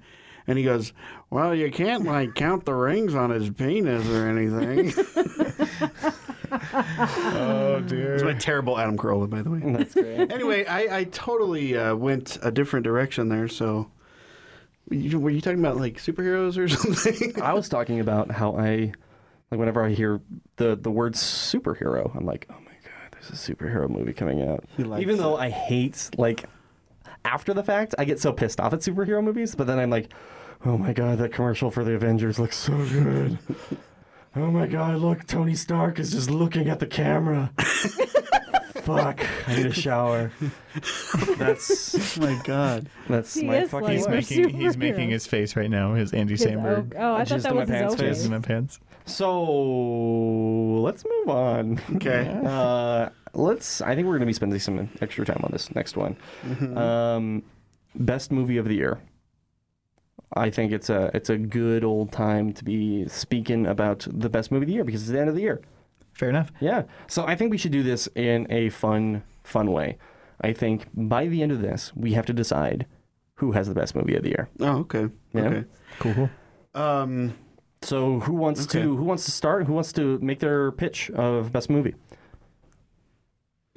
Speaker 3: and he goes, "Well, you can't like count the rings on his penis or anything."
Speaker 4: Oh
Speaker 3: It's my
Speaker 4: dear.
Speaker 3: terrible Adam Carolla, by the way.
Speaker 1: That's great.
Speaker 3: anyway, I, I totally uh, went a different direction there. So, you, were you talking about like superheroes or something?
Speaker 1: I was talking about how I like whenever I hear the the word superhero, I'm like, oh my god, there's a superhero movie coming out.
Speaker 3: He likes
Speaker 1: Even though I hate like after the fact, I get so pissed off at superhero movies, but then I'm like, oh my god, that commercial for the Avengers looks so good. Oh my god, look, Tony Stark is just looking at the camera. Fuck, I need a shower. That's
Speaker 3: oh my god!
Speaker 1: that's
Speaker 2: He
Speaker 1: my
Speaker 2: is
Speaker 1: fucking
Speaker 2: like-
Speaker 4: He's
Speaker 2: We're
Speaker 4: making he's making
Speaker 2: superheroes.
Speaker 4: his face right now. His Andy
Speaker 2: His
Speaker 4: Samberg.
Speaker 2: oak- oh, I
Speaker 1: Jizzed
Speaker 2: thought
Speaker 1: in
Speaker 2: that
Speaker 1: my
Speaker 2: was his
Speaker 1: pants
Speaker 2: oak
Speaker 1: face.
Speaker 4: Jizz in my pants.
Speaker 1: So let's move on.
Speaker 3: Okay.
Speaker 1: Uh, let's. I think we're going to be spending some extra time on this next one.
Speaker 3: Mm-hmm.
Speaker 1: Um, best movie of the year. I think it's a it's a good old time to be speaking about the best movie of the year because it's the end of the year.
Speaker 4: Fair enough.
Speaker 1: Yeah. So I think we should do this in a fun fun way. I think by the end of this, we have to decide who has the best movie of the year.
Speaker 3: Oh, okay.
Speaker 1: Yeah.
Speaker 3: Okay.
Speaker 4: Cool.
Speaker 3: Um,
Speaker 1: So who wants
Speaker 3: Okay.
Speaker 1: to who wants to start? Who wants to make their pitch of best movie?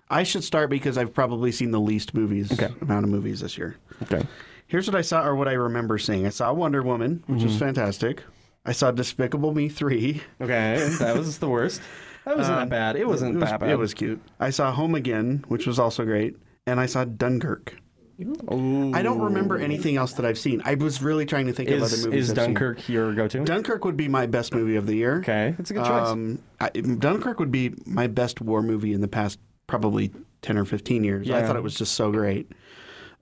Speaker 3: I should start because I've probably seen the least movies
Speaker 1: Okay.
Speaker 3: amount of movies this year.
Speaker 1: Okay.
Speaker 3: Here's what I saw, or what I remember seeing. I saw Wonder Woman, which
Speaker 1: Mm-hmm.
Speaker 3: is fantastic. I saw Despicable Me three.
Speaker 1: Okay, that was the worst. That was not bad. It
Speaker 3: Um,
Speaker 1: wasn't
Speaker 3: it was,
Speaker 1: that bad.
Speaker 3: It was cute. I saw Home Again, which was also great, and I saw Dunkirk. I don't remember anything else that I've seen. I was really trying to think of
Speaker 1: Is,
Speaker 3: other movies.
Speaker 1: is
Speaker 3: I've seen.
Speaker 1: Dunkirk your go-to?
Speaker 3: Dunkirk would be my best movie of the year.
Speaker 1: okay, it's a good choice.
Speaker 3: Um, I, Dunkirk would be my best war movie in the past probably 10 or 15 years. I
Speaker 1: Yeah.
Speaker 3: thought it was just so great.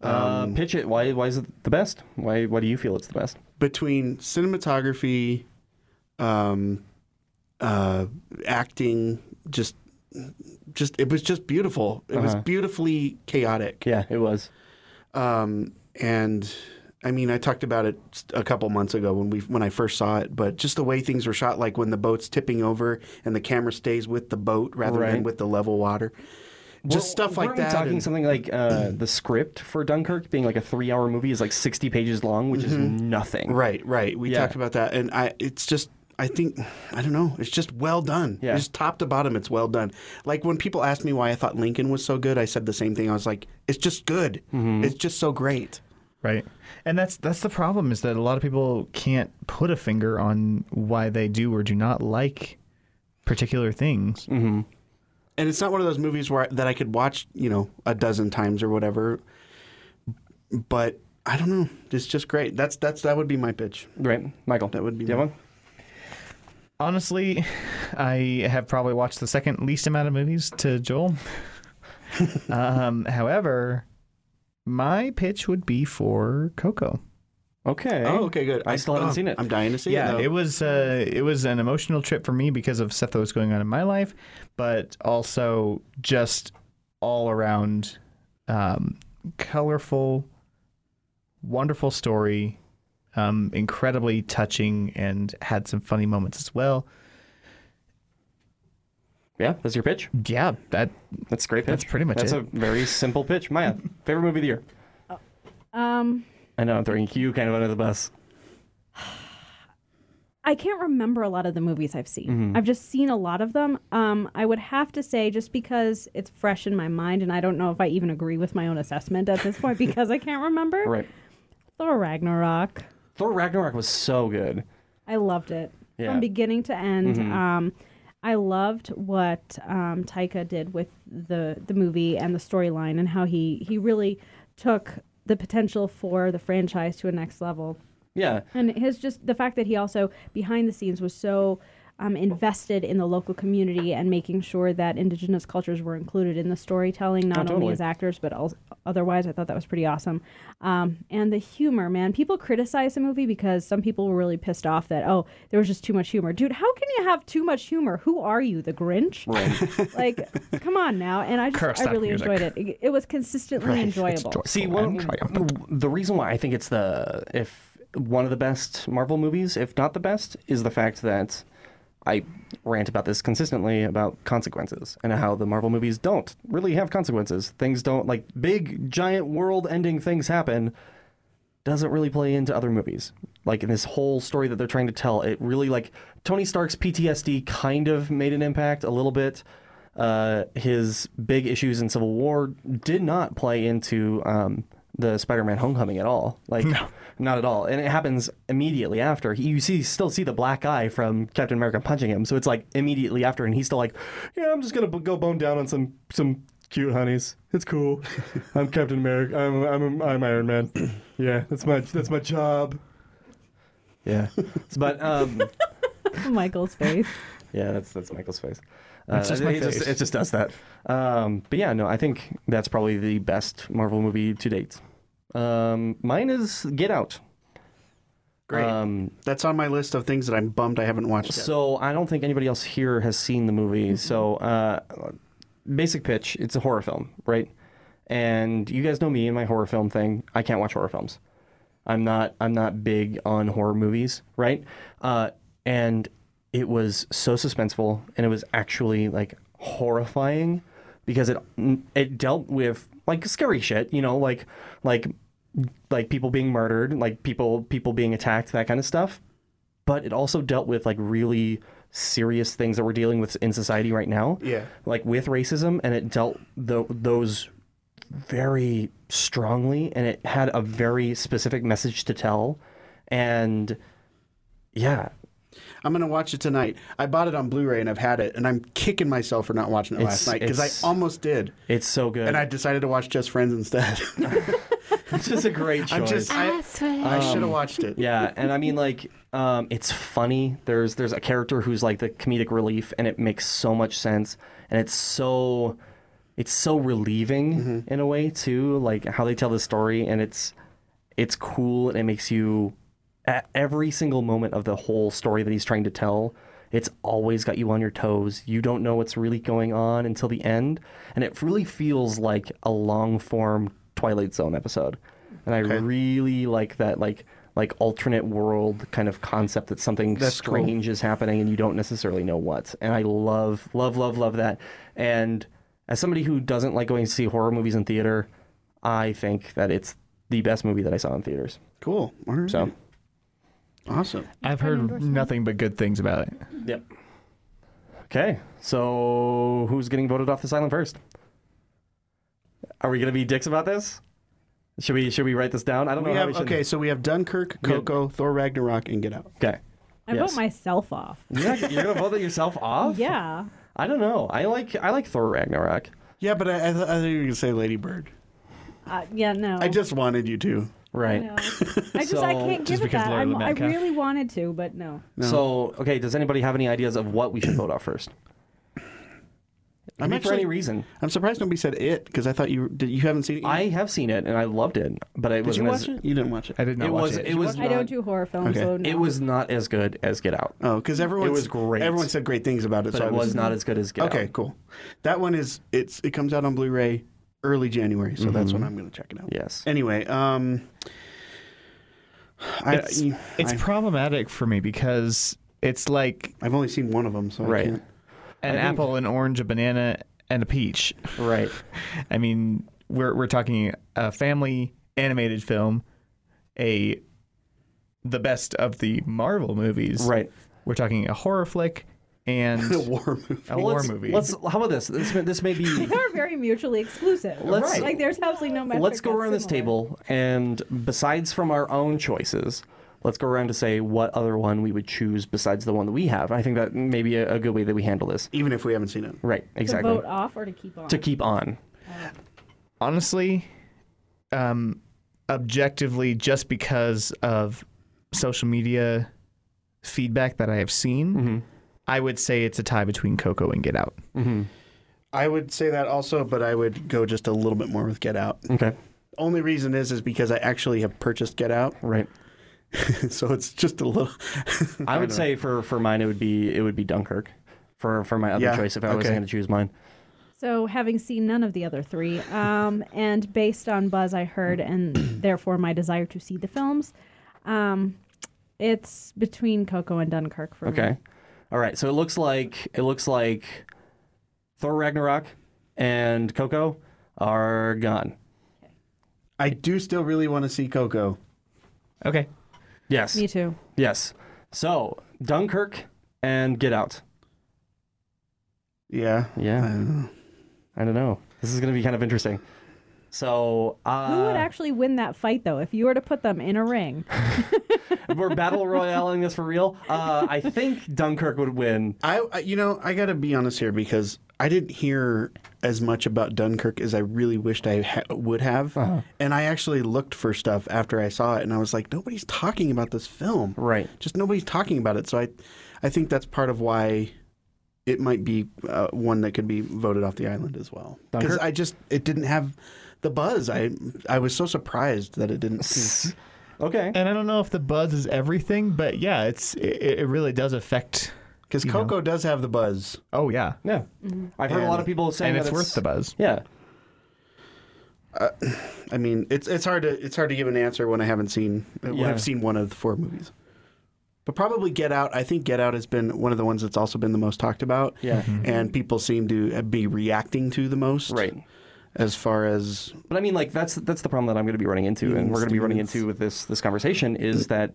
Speaker 1: uh, pitch it. Why? Why is it the best? Why? Why do you feel it's the best?
Speaker 3: Between cinematography, um, uh, acting, just just it was just
Speaker 1: Uh-huh.
Speaker 3: beautiful. It was beautifully chaotic.
Speaker 1: Yeah, it was.
Speaker 3: um, and I mean, I talked about it a couple months ago when we when I first saw it, but just the way things were shot, like when the boat's tipping over and the camera stays with the boat rather than
Speaker 1: Right.
Speaker 3: with the level water, just stuff like
Speaker 1: Weren't we
Speaker 3: that.
Speaker 1: talking
Speaker 3: and-
Speaker 1: something like uh, the script for Dunkirk being like a three-hour movie is like sixty pages long, which is nothing.
Speaker 3: Mm-hmm. Right, right. We
Speaker 1: Yeah.
Speaker 3: talked about that, and I. It's just. I think I don't know. It's just well done.
Speaker 1: Yeah.
Speaker 3: Just top to bottom, it's well done. Like when people asked me why I thought Lincoln was so good, I said the same thing. I was like, it's just good.
Speaker 1: Mm-hmm.
Speaker 3: It's just so great.
Speaker 4: Right. And that's that's the problem is that a lot of people can't put a finger on why they do or do not like particular things.
Speaker 3: and it's not one of those movies where that I could watch, you know, a dozen times or whatever. But I don't know. It's just great. That's that's that would be my pitch.
Speaker 1: Right, Michael.
Speaker 3: That would be
Speaker 1: Do you have one.
Speaker 4: Honestly, I have probably watched the second least amount of movies to Joel. um, however, my pitch would be for Coco.
Speaker 1: Okay.
Speaker 3: Oh, okay, good.
Speaker 1: I still haven't seen it.
Speaker 3: I'm dying to see
Speaker 4: yeah,
Speaker 3: it. though.
Speaker 4: it was uh, it was an emotional trip for me because of stuff that was going on in my life, but also just all around um, colorful, wonderful story, um, incredibly touching, and had some funny moments as well.
Speaker 1: Yeah, that's your pitch.
Speaker 4: Yeah, that
Speaker 1: That's a great pitch.
Speaker 4: That's pretty much
Speaker 1: That's
Speaker 4: it.
Speaker 1: a very simple pitch. Maya, favorite movie of the year.
Speaker 2: Um,
Speaker 1: I know I'm throwing you kind of under the bus.
Speaker 2: I can't remember a lot of the movies I've seen.
Speaker 1: Mm-hmm.
Speaker 2: I've just seen a lot of them. Um, I would have to say, just because it's fresh in my mind, and I don't know if I even agree with my own assessment at this point because I can't remember.
Speaker 1: All right.
Speaker 2: Thor Ragnarok.
Speaker 1: Thor Ragnarok was so good.
Speaker 2: I loved it
Speaker 1: Yeah. Mm-hmm.
Speaker 2: from beginning to end. Um, I loved what um, Taika did with the the movie and the storyline, and how he he really took the potential for the franchise to a next level.
Speaker 1: Yeah.
Speaker 2: And his just the fact that he also behind the scenes was so um, invested in the local community and making sure that indigenous cultures were included in the storytelling, not
Speaker 1: totally.
Speaker 2: only as actors but al- otherwise. I thought that was pretty awesome. Um, and the humor, man. People criticize the movie because some people were really pissed off that oh, there was just too much humor. Dude, how can you have too much humor? Who are you, the Grinch? like, come on now. And I just
Speaker 4: Curse
Speaker 2: I
Speaker 4: that
Speaker 2: really
Speaker 4: music.
Speaker 2: enjoyed it. it. It was consistently enjoyable.
Speaker 1: See, one, the reason why I think it's the if one of the best Marvel movies, if not the best, is the fact that I rant about this consistently about consequences and how the Marvel movies don't really have consequences. Things don't like big giant world-ending things happen doesn't really play into other movies. Like in this whole story that they're trying to tell, it really like Tony Stark's PTSD kind of made an impact a little bit. Uh, his big issues in Civil War did not play into um, the Spider-Man Homecoming at all. Like not at all. And it happens immediately after. He, you see still see the black eye from Captain America punching him. So it's like immediately after and he's still like, "Yeah, I'm just going to go bone down on some some cute honeys. It's cool. I'm Captain America. I'm I'm I'm Iron Man. Yeah, that's my that's my job. Yeah, but um,
Speaker 2: Michael's face.
Speaker 1: yeah, that's that's Michael's face. Uh,
Speaker 4: That's just my
Speaker 1: it, it
Speaker 4: face.
Speaker 1: Just, it just does that. Um, but yeah, no, I think that's probably the best Marvel movie to date. Um, mine is Get Out.
Speaker 3: great.
Speaker 1: Um,
Speaker 3: that's on my list of things that I'm bummed I haven't watched. yet.
Speaker 1: So I don't think anybody else here has seen the movie. So uh, basic pitch: it's a horror film, right? And you guys know me and my horror film thing. I can't watch horror films. I'm not. I'm not big on horror movies, right? Uh, and it was so suspenseful, and it was actually like horrifying because it it dealt with like scary shit, you know, like like like people being murdered, like people people being attacked, that kind of stuff but it also dealt with like really serious things that we're dealing with in society right now.
Speaker 3: Yeah.
Speaker 1: Like with racism, and it dealt tho- those very strongly, and it had a very specific message to tell. And yeah,
Speaker 3: I'm gonna watch it tonight. I bought it on Blu-ray and I've had it, and I'm kicking myself for not watching it
Speaker 1: It's-
Speaker 3: last night because
Speaker 1: it's-
Speaker 3: I almost did,
Speaker 1: it's so good.
Speaker 3: and I decided to watch Just Friends instead.
Speaker 1: it's just a great choice.
Speaker 3: I'm just I, I should have watched it.
Speaker 1: Um, yeah and i mean like um, it's funny there's there's a character who's like the comedic relief and it makes so much sense and it's so it's so relieving in a way too like how they tell the story and it's it's cool and it makes you at every single moment of the whole story that he's trying to tell it's always got you on your toes you don't know what's really going on until the end and it really feels like a long form twilight zone episode and I
Speaker 3: Okay.
Speaker 1: really like that like like alternate world kind of concept that something
Speaker 3: That's cool.
Speaker 1: strange is happening and you don't necessarily know what. And I love love love love that. And as somebody who doesn't like going to see horror movies in theater, I think that it's the best movie that I saw in theaters.
Speaker 3: Cool. All right.
Speaker 1: So,
Speaker 3: awesome.
Speaker 4: I've heard nothing but good things about it.
Speaker 1: yep. Okay, so who's getting voted off this island first? Are we gonna be dicks about this? Should we should we write this down? I don't
Speaker 3: We
Speaker 1: know. how
Speaker 3: have,
Speaker 1: we should...
Speaker 3: okay, so we have Dunkirk,
Speaker 1: We have-
Speaker 3: Coco, Thor Ragnarok, and Get Out.
Speaker 1: Okay.
Speaker 2: I
Speaker 1: Yes.
Speaker 2: vote myself off.
Speaker 1: You're, not, you're gonna vote that yourself off?
Speaker 2: Yeah.
Speaker 1: I don't know. I like I like Thor Ragnarok.
Speaker 3: Yeah, but I, I, th- I thought you were going to say Lady Bird.
Speaker 2: Uh, yeah, no.
Speaker 3: I just wanted you to.
Speaker 1: Right.
Speaker 2: No. I just I
Speaker 1: So-
Speaker 2: can't
Speaker 4: Just
Speaker 2: give it
Speaker 4: because
Speaker 2: that.
Speaker 4: Laura
Speaker 2: I'm, I
Speaker 4: Metcalf.
Speaker 2: really wanted to, but no.
Speaker 1: So okay, does anybody have any ideas of what we should vote off first? I
Speaker 3: I'm
Speaker 1: mean, for
Speaker 3: actually-
Speaker 1: any reason.
Speaker 3: I'm surprised nobody said it because I thought you did, you haven't seen it. Yet?
Speaker 1: I have seen it and I loved it, but it
Speaker 3: did you
Speaker 1: wasn't
Speaker 3: watch
Speaker 1: as
Speaker 3: it? You didn't watch it.
Speaker 4: I did not
Speaker 1: it
Speaker 4: watch
Speaker 1: was
Speaker 4: it.
Speaker 1: it was
Speaker 2: I don't
Speaker 1: not-
Speaker 2: do horror films,
Speaker 3: Okay.
Speaker 2: so no.
Speaker 1: it was not as good as Get Out,
Speaker 3: Oh, because everyone
Speaker 1: was great.
Speaker 3: Everyone said great things about it.
Speaker 1: but
Speaker 3: so
Speaker 1: it
Speaker 3: I
Speaker 1: was not as good as Get Out.
Speaker 3: Okay, cool. That one is it's it comes out on Blu-ray early January, so that's when I'm going to check it out.
Speaker 1: Yes.
Speaker 3: Anyway, um, I,
Speaker 4: It's,
Speaker 3: you-
Speaker 4: it's
Speaker 3: I,
Speaker 4: problematic for me because it's like
Speaker 3: I've only seen one of them, so
Speaker 1: Right.
Speaker 3: I can't.
Speaker 4: an
Speaker 1: think-
Speaker 4: apple, an orange, a banana, and a peach.
Speaker 1: Right.
Speaker 4: I mean, we're we're talking a family animated film, a the best of the Marvel movies.
Speaker 1: Right.
Speaker 4: We're talking a horror flick and
Speaker 3: The war movie.
Speaker 4: a
Speaker 1: Well,
Speaker 4: war
Speaker 1: let's,
Speaker 4: movie.
Speaker 1: Let's how about this? This may, this may be
Speaker 2: they are very mutually exclusive.
Speaker 1: Let's-
Speaker 2: like there's absolutely no metric.
Speaker 1: let's go
Speaker 2: that's
Speaker 1: around this
Speaker 2: similar.
Speaker 1: table and besides from our own choices let's go around to say what other one we would choose besides the one that we have i think that may be a, a good way that we handle this
Speaker 3: Even if we haven't seen it,
Speaker 1: right
Speaker 2: To
Speaker 1: exactly
Speaker 2: vote off or to keep on.
Speaker 1: to keep on
Speaker 4: honestly, um, objectively, just because of social media feedback that I have seen, I would say it's a tie between Coco and Get Out.
Speaker 3: I would say that also, but I would go just a little bit more with Get Out.
Speaker 1: okay
Speaker 3: Only reason is is because I actually have purchased Get Out,
Speaker 1: right
Speaker 3: so it's just a little.
Speaker 1: i would say for for mine it would be it would be dunkirk for for my other
Speaker 3: Yeah,
Speaker 1: choice if i was
Speaker 3: okay.
Speaker 1: going to choose mine
Speaker 2: So, having seen none of the other three, um, and based on buzz I heard, and therefore my desire to see the films, um, it's between Coco and Dunkirk for me.
Speaker 1: okay all right so it looks like it looks like thor ragnarok and coco are gone
Speaker 3: I do still really want to see Coco.
Speaker 4: Okay.
Speaker 1: yes
Speaker 2: Me too.
Speaker 1: Yes. So Dunkirk and Get Out.
Speaker 3: Yeah.
Speaker 1: Yeah.
Speaker 3: I don't know.
Speaker 1: I don't know. This is going to be kind of interesting. So uh,
Speaker 2: Who would actually win that fight, though, if you were to put them in a ring?
Speaker 1: we're battle royaling this for real. Uh, I think Dunkirk would win.
Speaker 3: I, I you know I got to be honest here because I didn't hear as much about Dunkirk as I really wished I ha- would have,
Speaker 4: Uh-huh.
Speaker 3: and I actually looked for stuff after I saw it, and I was like, nobody's talking about this film,
Speaker 1: Right.
Speaker 3: Just nobody's talking about it. So I, I think that's part of why it might be uh, one that could be voted off the island as well because
Speaker 1: Dunkirk?
Speaker 3: I just it didn't have the buzz. I I was so surprised that it didn't.
Speaker 1: Okay.
Speaker 4: And I don't know if the buzz is everything, but yeah, it's it, it really does affect.
Speaker 3: Because
Speaker 4: You know.
Speaker 3: Coco does have the buzz.
Speaker 4: Oh yeah,
Speaker 1: Yeah.
Speaker 2: Mm-hmm.
Speaker 1: I've heard a lot of people saying
Speaker 4: and
Speaker 1: that
Speaker 4: it's worth the buzz.
Speaker 1: Yeah.
Speaker 3: I mean, it's it's hard to it's hard to give an answer when I haven't seen when
Speaker 1: Yeah.
Speaker 3: I've seen one of the four movies. But probably Get Out. I think Get Out has been one of the ones that's also been the most talked about.
Speaker 1: Yeah.
Speaker 3: And people seem to be reacting to the most.
Speaker 1: Right.
Speaker 3: As far as
Speaker 1: But I mean, like that's that's the problem that I'm going to be running into, and we're going to be running into with this this conversation is that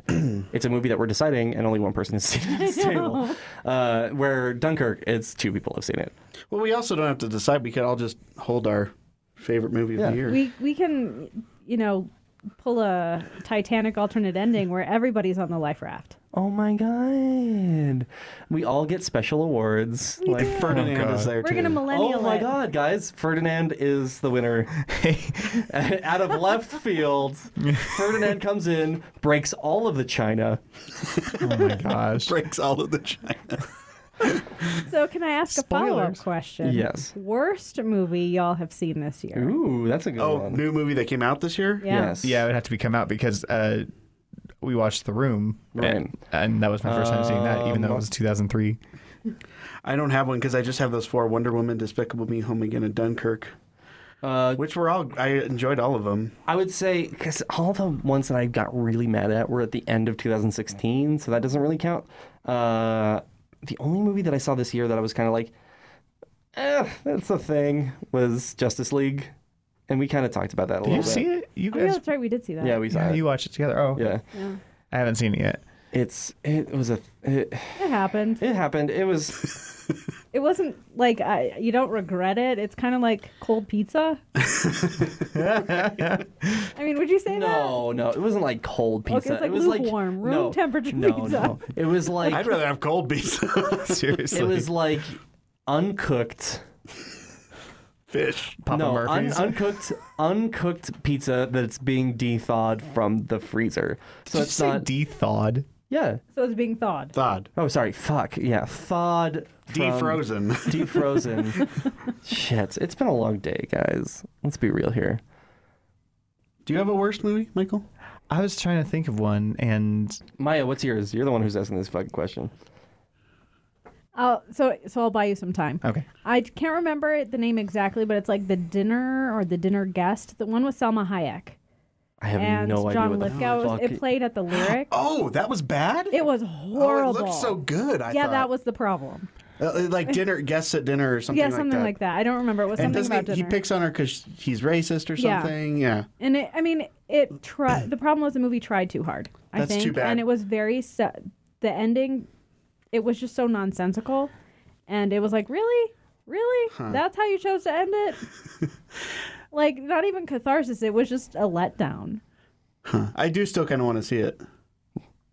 Speaker 1: it's a movie that we're deciding, and only one person has seen it at this table. Uh, where Dunkirk, it's two people have seen it.
Speaker 3: well, we also don't have to decide. We could all just hold our favorite movie of
Speaker 1: Yeah.
Speaker 3: the year.
Speaker 2: We we can, you know, pull a Titanic alternate ending where everybody's on the life raft.
Speaker 1: Oh my god. We all get special awards. Like
Speaker 3: Ferdinand
Speaker 4: Oh, God.
Speaker 3: is there
Speaker 2: We're
Speaker 3: too.
Speaker 2: gonna millennial
Speaker 1: Oh my
Speaker 2: it.
Speaker 1: god, guys. Ferdinand is the winner. Out of left field, Ferdinand comes in, breaks all of the china.
Speaker 4: Oh my gosh.
Speaker 3: breaks all of the China.
Speaker 2: So, can I ask a follow up
Speaker 4: Spoilers.
Speaker 2: question?
Speaker 1: Yes.
Speaker 2: Worst movie y'all have seen this year?
Speaker 1: Ooh, that's a good
Speaker 3: Oh,
Speaker 1: one.
Speaker 3: new movie that came out this year.
Speaker 2: Yeah.
Speaker 1: Yes.
Speaker 4: Yeah, it would have to be come out because uh, we watched The Room,
Speaker 1: Right. Uh,
Speaker 4: and, and that was my first time seeing that, even though it was 2003.
Speaker 3: I don't have one because I just have those four: Wonder Woman, Despicable Me, Home Again, and Dunkirk.
Speaker 1: Uh,
Speaker 3: which were all I enjoyed all of them.
Speaker 1: I would say because all the ones that I got really mad at were at the end of 2016, so that doesn't really count. Uh, the only movie that I saw this year that I was kind of like, eh, that's a thing, was Justice League, and we kind of talked about that a
Speaker 4: Did
Speaker 1: little
Speaker 4: you
Speaker 1: bit.
Speaker 4: see it? You
Speaker 2: Oh, yeah,
Speaker 4: guys?
Speaker 2: that's right. We did see that.
Speaker 1: Yeah, we saw
Speaker 4: Yeah,
Speaker 1: it.
Speaker 4: you watched it together. Oh,
Speaker 1: yeah,
Speaker 4: I haven't seen it yet.
Speaker 1: it's it was a it,
Speaker 2: It happened.
Speaker 1: it happened. It was
Speaker 2: It wasn't like I, you don't regret it. It's kind of like cold pizza. I mean, would you say
Speaker 1: no, no, it wasn't like cold
Speaker 2: Okay,
Speaker 1: pizza.
Speaker 2: it's like
Speaker 1: it was
Speaker 2: lukewarm,
Speaker 1: like
Speaker 2: room
Speaker 1: no,
Speaker 2: temperature
Speaker 1: no,
Speaker 2: pizza.
Speaker 1: No, it was like
Speaker 3: I'd rather have cold pizza,
Speaker 4: Seriously,
Speaker 1: it was like uncooked.
Speaker 3: fish.
Speaker 4: Papa
Speaker 1: no, un-
Speaker 4: Murphy's.
Speaker 1: uncooked, uncooked pizza that's being de-thawed from the freezer. So
Speaker 4: Did you
Speaker 1: it's
Speaker 4: say
Speaker 1: not.
Speaker 4: de-thawed.
Speaker 1: yeah.
Speaker 2: that? So it's being thawed.
Speaker 3: Thawed,
Speaker 1: Oh, sorry. Fuck. Yeah. Thawed. from-
Speaker 3: defrozen.
Speaker 1: Defrozen. Shit. It's been a long day, guys. Let's be real here.
Speaker 3: Do you have a worst movie, Michael?
Speaker 4: I was trying to think of one, and
Speaker 1: Maya, what's yours? You're the one who's asking this fucking question.
Speaker 2: Oh, so so I'll buy you some time.
Speaker 4: okay,
Speaker 2: I can't remember it- the name exactly, but it's like the dinner or the dinner guest. The one with Selma Hayek
Speaker 1: I have
Speaker 2: and
Speaker 1: no idea
Speaker 2: John
Speaker 1: what the
Speaker 2: Lithgow. It was-
Speaker 1: fuck.
Speaker 2: It played at the lyric.
Speaker 3: Oh, that was bad.
Speaker 2: It was horrible.
Speaker 3: Oh, it looked so good. I
Speaker 2: yeah,
Speaker 3: thought.
Speaker 2: that was the problem.
Speaker 3: Uh, like dinner guests at dinner or something.
Speaker 2: yeah, something
Speaker 3: like that.
Speaker 2: like that. I don't remember. It was
Speaker 3: And
Speaker 2: something about
Speaker 3: doesn't he,
Speaker 2: dinner.
Speaker 3: he picks on her because he's racist or
Speaker 2: Yeah.
Speaker 3: something? Yeah.
Speaker 2: And it, I mean, it tried. the problem was the movie tried too hard. I
Speaker 3: Mm. That's too
Speaker 2: think,
Speaker 3: bad.
Speaker 2: and it was very se- the ending. It was just so nonsensical, and it was like, really, really, that's how you chose to end it. like, not even catharsis. It was just a letdown.
Speaker 3: I do still kind of want to see it,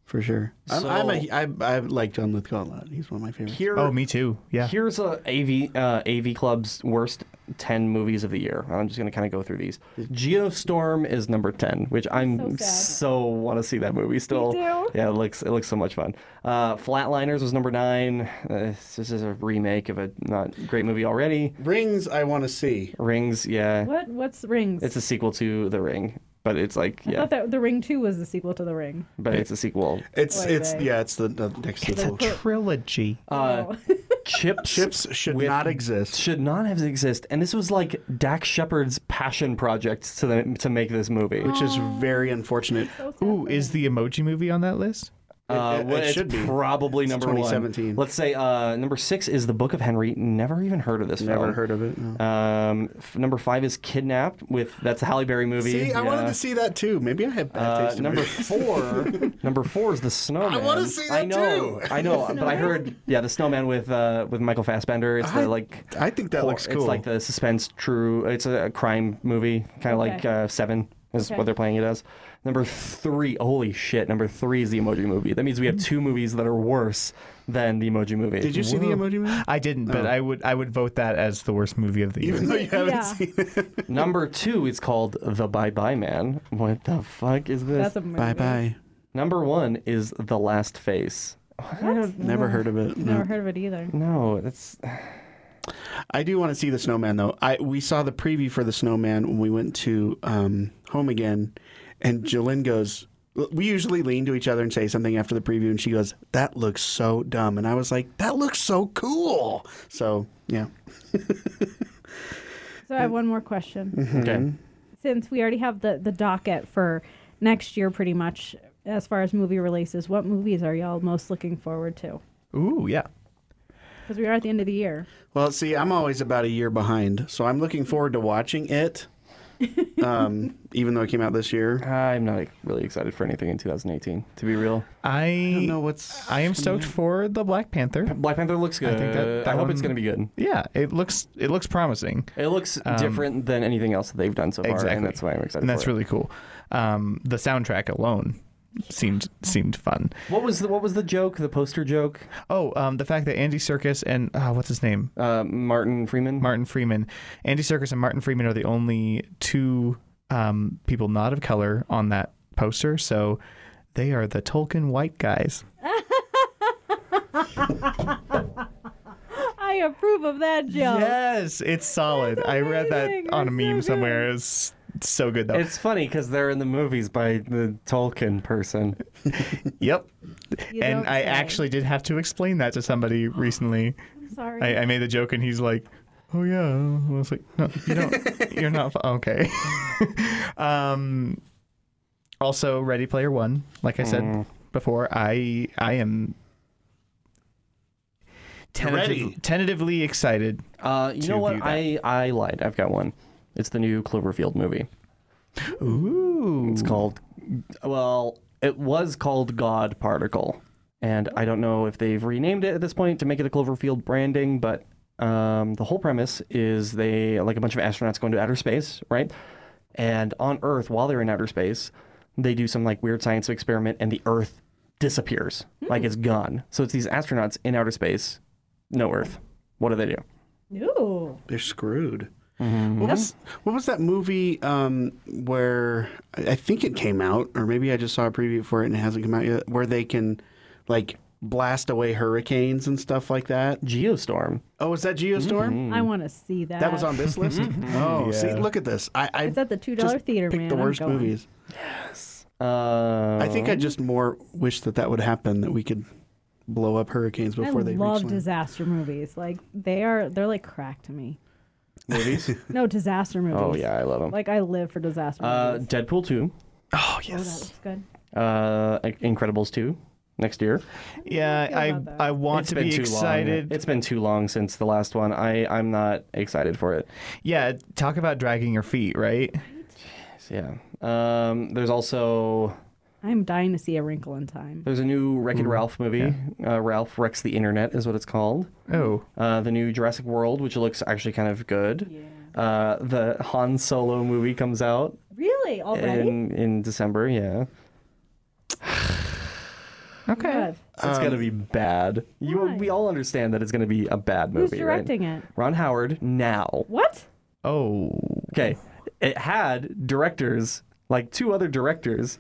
Speaker 3: for sure.
Speaker 1: So-
Speaker 3: I'm, I'm a, I, I like John Lithgow a lot. He's one of my favorites.
Speaker 1: Here,
Speaker 4: oh, me too. Yeah,
Speaker 1: Here's a AV uh, AV Club's worst ten movies of the year. I'm just gonna kind of go through these. Geostorm is number ten, which I'm
Speaker 2: sad.
Speaker 1: so, want to see that movie still.
Speaker 2: too.
Speaker 1: Yeah, it looks it looks so much fun. Uh, Flatliners was number nine. Uh, this is a remake of a not great movie already.
Speaker 3: Rings, I want to see.
Speaker 1: Rings, yeah,
Speaker 2: What? What's rings?
Speaker 1: it's a sequel to The Ring, but it's like
Speaker 2: I
Speaker 1: yeah,
Speaker 2: thought that the Ring Two was the sequel to the Ring.
Speaker 1: but it's a sequel.
Speaker 3: It's
Speaker 2: Oy
Speaker 3: it's
Speaker 2: vey.
Speaker 3: yeah, it's the, the next
Speaker 4: it's a
Speaker 3: level.
Speaker 4: trilogy.
Speaker 1: Uh,
Speaker 2: Oh.
Speaker 1: Chips
Speaker 3: Chips should
Speaker 1: with
Speaker 3: not exist.
Speaker 1: should not have exist, and this was like Dax Shepard's passion project to the, to make this movie.
Speaker 3: Which is very unfortunate.
Speaker 4: Ooh, is the emoji movie on that list?
Speaker 1: Uh,
Speaker 3: It- it-
Speaker 1: well,
Speaker 3: it
Speaker 1: it's
Speaker 3: should be.
Speaker 1: probably
Speaker 3: It's
Speaker 1: number
Speaker 3: 2017.
Speaker 1: one. Let's say uh, number six is The Book of Henry. Never even heard of this.
Speaker 3: Never
Speaker 1: film.
Speaker 3: heard of it. no.
Speaker 1: Um, f- number five is Kidnapped with that's a Halle Berry movie.
Speaker 3: see, I wanted
Speaker 1: yeah.
Speaker 3: to see that too. Maybe I have bad
Speaker 1: Uh,
Speaker 3: taste. in
Speaker 1: number
Speaker 3: movies.
Speaker 1: four, number four is the Snowman.
Speaker 3: wanna see
Speaker 1: I
Speaker 3: that
Speaker 1: know,
Speaker 3: too.
Speaker 1: I know, but I heard yeah, the Snowman with uh, with Michael Fassbender. It's
Speaker 3: I-
Speaker 1: the like
Speaker 3: I think that
Speaker 1: hor-
Speaker 3: looks cool.
Speaker 1: It's like the suspense, true. It's a, a crime movie, kind of
Speaker 2: Okay.
Speaker 1: like uh, Seven is
Speaker 2: Okay.
Speaker 1: what they're playing it as. Number three, holy shit! Number three is the Emoji Movie. That means we have two movies that are worse than the Emoji Movie. Oh.
Speaker 3: Did you see the emoji movie?
Speaker 4: Oh. I didn't, but I would I would vote that as the worst movie of the year.
Speaker 3: Even though you haven't
Speaker 2: Yeah.
Speaker 3: seen it.
Speaker 1: Number two is called The Bye Bye Man. What the fuck is this?
Speaker 2: That's a movie.
Speaker 1: Number one is The Last Face.
Speaker 3: Never heard of it.
Speaker 2: Never heard of it either.
Speaker 1: No, that's
Speaker 3: I do want to see the snowman though. I we saw the preview for the snowman when we went to um, home again, and Jalen goes. We usually lean to each other and say something after the preview, and she goes, "That looks so dumb," and I was like, "That looks so cool." So yeah,
Speaker 2: So I have one more question.
Speaker 1: okay.
Speaker 2: since we already have the the docket for next year pretty much as far as movie releases what movies are y'all most looking forward to
Speaker 4: Ooh, yeah.
Speaker 2: because we are at the end of the year
Speaker 3: Well, see, I'm always about a year behind, so I'm looking forward to watching it. um, even though it came out this year,
Speaker 1: I'm not really excited for anything in 2018, to be real.
Speaker 4: I
Speaker 3: I don't know what's.
Speaker 4: I am stoked
Speaker 1: Mm.
Speaker 4: for the Black Panther.
Speaker 1: Black Panther looks good.
Speaker 4: I think that- that
Speaker 1: I hope it's
Speaker 4: one-
Speaker 1: going to be good.
Speaker 4: Yeah, it looks it looks promising.
Speaker 1: It looks different than anything else that they've done so far, and
Speaker 4: Um, Exactly.
Speaker 1: that's why I'm excited.
Speaker 4: and that's
Speaker 1: for it.
Speaker 4: really cool. Um, the soundtrack alone seemed seemed fun.
Speaker 1: what was the what was the joke? The poster joke?
Speaker 4: Oh, um, the fact that Andy Circus and uh, what's his name,
Speaker 1: Uh, Martin Freeman.
Speaker 4: Martin Freeman, Andy Circus and Martin Freeman are the only two um, people not of color on that poster. So they are the Tolkien white guys.
Speaker 2: i approve of that joke
Speaker 4: Yes, it's solid. I read
Speaker 2: amazing.
Speaker 4: that on a
Speaker 2: That's so
Speaker 4: meme
Speaker 2: good.
Speaker 4: somewhere. It's so good though.
Speaker 1: It's funny because they're in the movies by the Tolkien person.
Speaker 4: yep.
Speaker 2: You don't
Speaker 4: And I
Speaker 2: say. Oh,
Speaker 4: actually did have to explain that to somebody recently.
Speaker 2: I'm sorry
Speaker 4: I, I made the joke, and he's like, oh yeah. And I was like, no, you don't. you're not. fu- Okay. um. Also, Ready Player One. Like I said
Speaker 1: Mm.
Speaker 4: before, I I am.
Speaker 3: ready.
Speaker 4: Tentative, tentatively excited.
Speaker 1: Uh, you know
Speaker 4: to
Speaker 1: what?
Speaker 4: view that.
Speaker 1: I, I lied. I've got one. It's the new Cloverfield movie.
Speaker 4: Ooh.
Speaker 1: It's called, well, it was called God Particle. And I don't know if they've renamed it at this point to make it a Cloverfield branding, but um, the whole premise is they, like a bunch of astronauts go into outer space, right? And on Earth, while they're in outer space, they do some like weird science experiment and the Earth disappears.
Speaker 4: Hmm.
Speaker 1: Like it's gone. So it's these astronauts in outer space, no Earth. What do they do?
Speaker 2: Ooh.
Speaker 3: They're screwed. What, was, what was that movie um, where I I think it came out, or maybe I just saw a preview for it and it hasn't come out yet, where they can like blast away hurricanes and stuff like that?
Speaker 1: Geostorm.
Speaker 3: Oh, is that Geostorm?
Speaker 2: I want to see that.
Speaker 3: That was on this list? oh, see,
Speaker 4: Yeah.
Speaker 3: look at this. I, I
Speaker 2: It's at the $2
Speaker 3: just
Speaker 2: theater,
Speaker 3: picked
Speaker 2: man.
Speaker 3: the
Speaker 2: I'm
Speaker 3: worst
Speaker 2: going.
Speaker 3: movies.
Speaker 1: Uh,
Speaker 3: I think I just more wish that that would happen, that we could blow up hurricanes before
Speaker 2: I
Speaker 3: they
Speaker 2: love
Speaker 3: reach land.
Speaker 2: disaster movies. Like they are, they're like crack to me.
Speaker 1: movies.
Speaker 2: No disaster movies.
Speaker 1: oh yeah, I love them.
Speaker 2: Like I live for disaster
Speaker 1: Uh,
Speaker 2: movies.
Speaker 1: Deadpool two,
Speaker 4: Oh
Speaker 2: oh, that
Speaker 4: yes.
Speaker 2: looks good.
Speaker 1: uh, Incredibles two, next year.
Speaker 4: yeah.
Speaker 2: feel about that.
Speaker 4: I I want
Speaker 1: It's
Speaker 4: to be
Speaker 1: too
Speaker 4: excited.
Speaker 1: Long. It's been too long since the last one. I I'm not excited for it.
Speaker 4: Yeah. Talk about dragging your feet, right?
Speaker 1: So, yeah. Um. There's also
Speaker 2: I'm dying to see A Wrinkle in Time.
Speaker 1: there's a new Wreck
Speaker 4: Mm-hmm.
Speaker 1: It Ralph movie. Uh, Ralph wrecks the internet is what it's called.
Speaker 4: Oh.
Speaker 1: Uh, the new Jurassic World, which looks actually kind of good. Uh, the Han Solo movie comes out
Speaker 2: Really? Already?
Speaker 1: in in December. Yeah.
Speaker 4: Okay.
Speaker 2: God.
Speaker 1: It's gonna be bad. You
Speaker 2: Um, Why?
Speaker 1: we all understand that it's gonna be a bad
Speaker 2: Who's
Speaker 1: movie,
Speaker 2: directing
Speaker 1: right?
Speaker 2: it?
Speaker 1: Ron Howard now.
Speaker 2: What?
Speaker 4: Oh.
Speaker 1: Okay, it had directors like two other directors,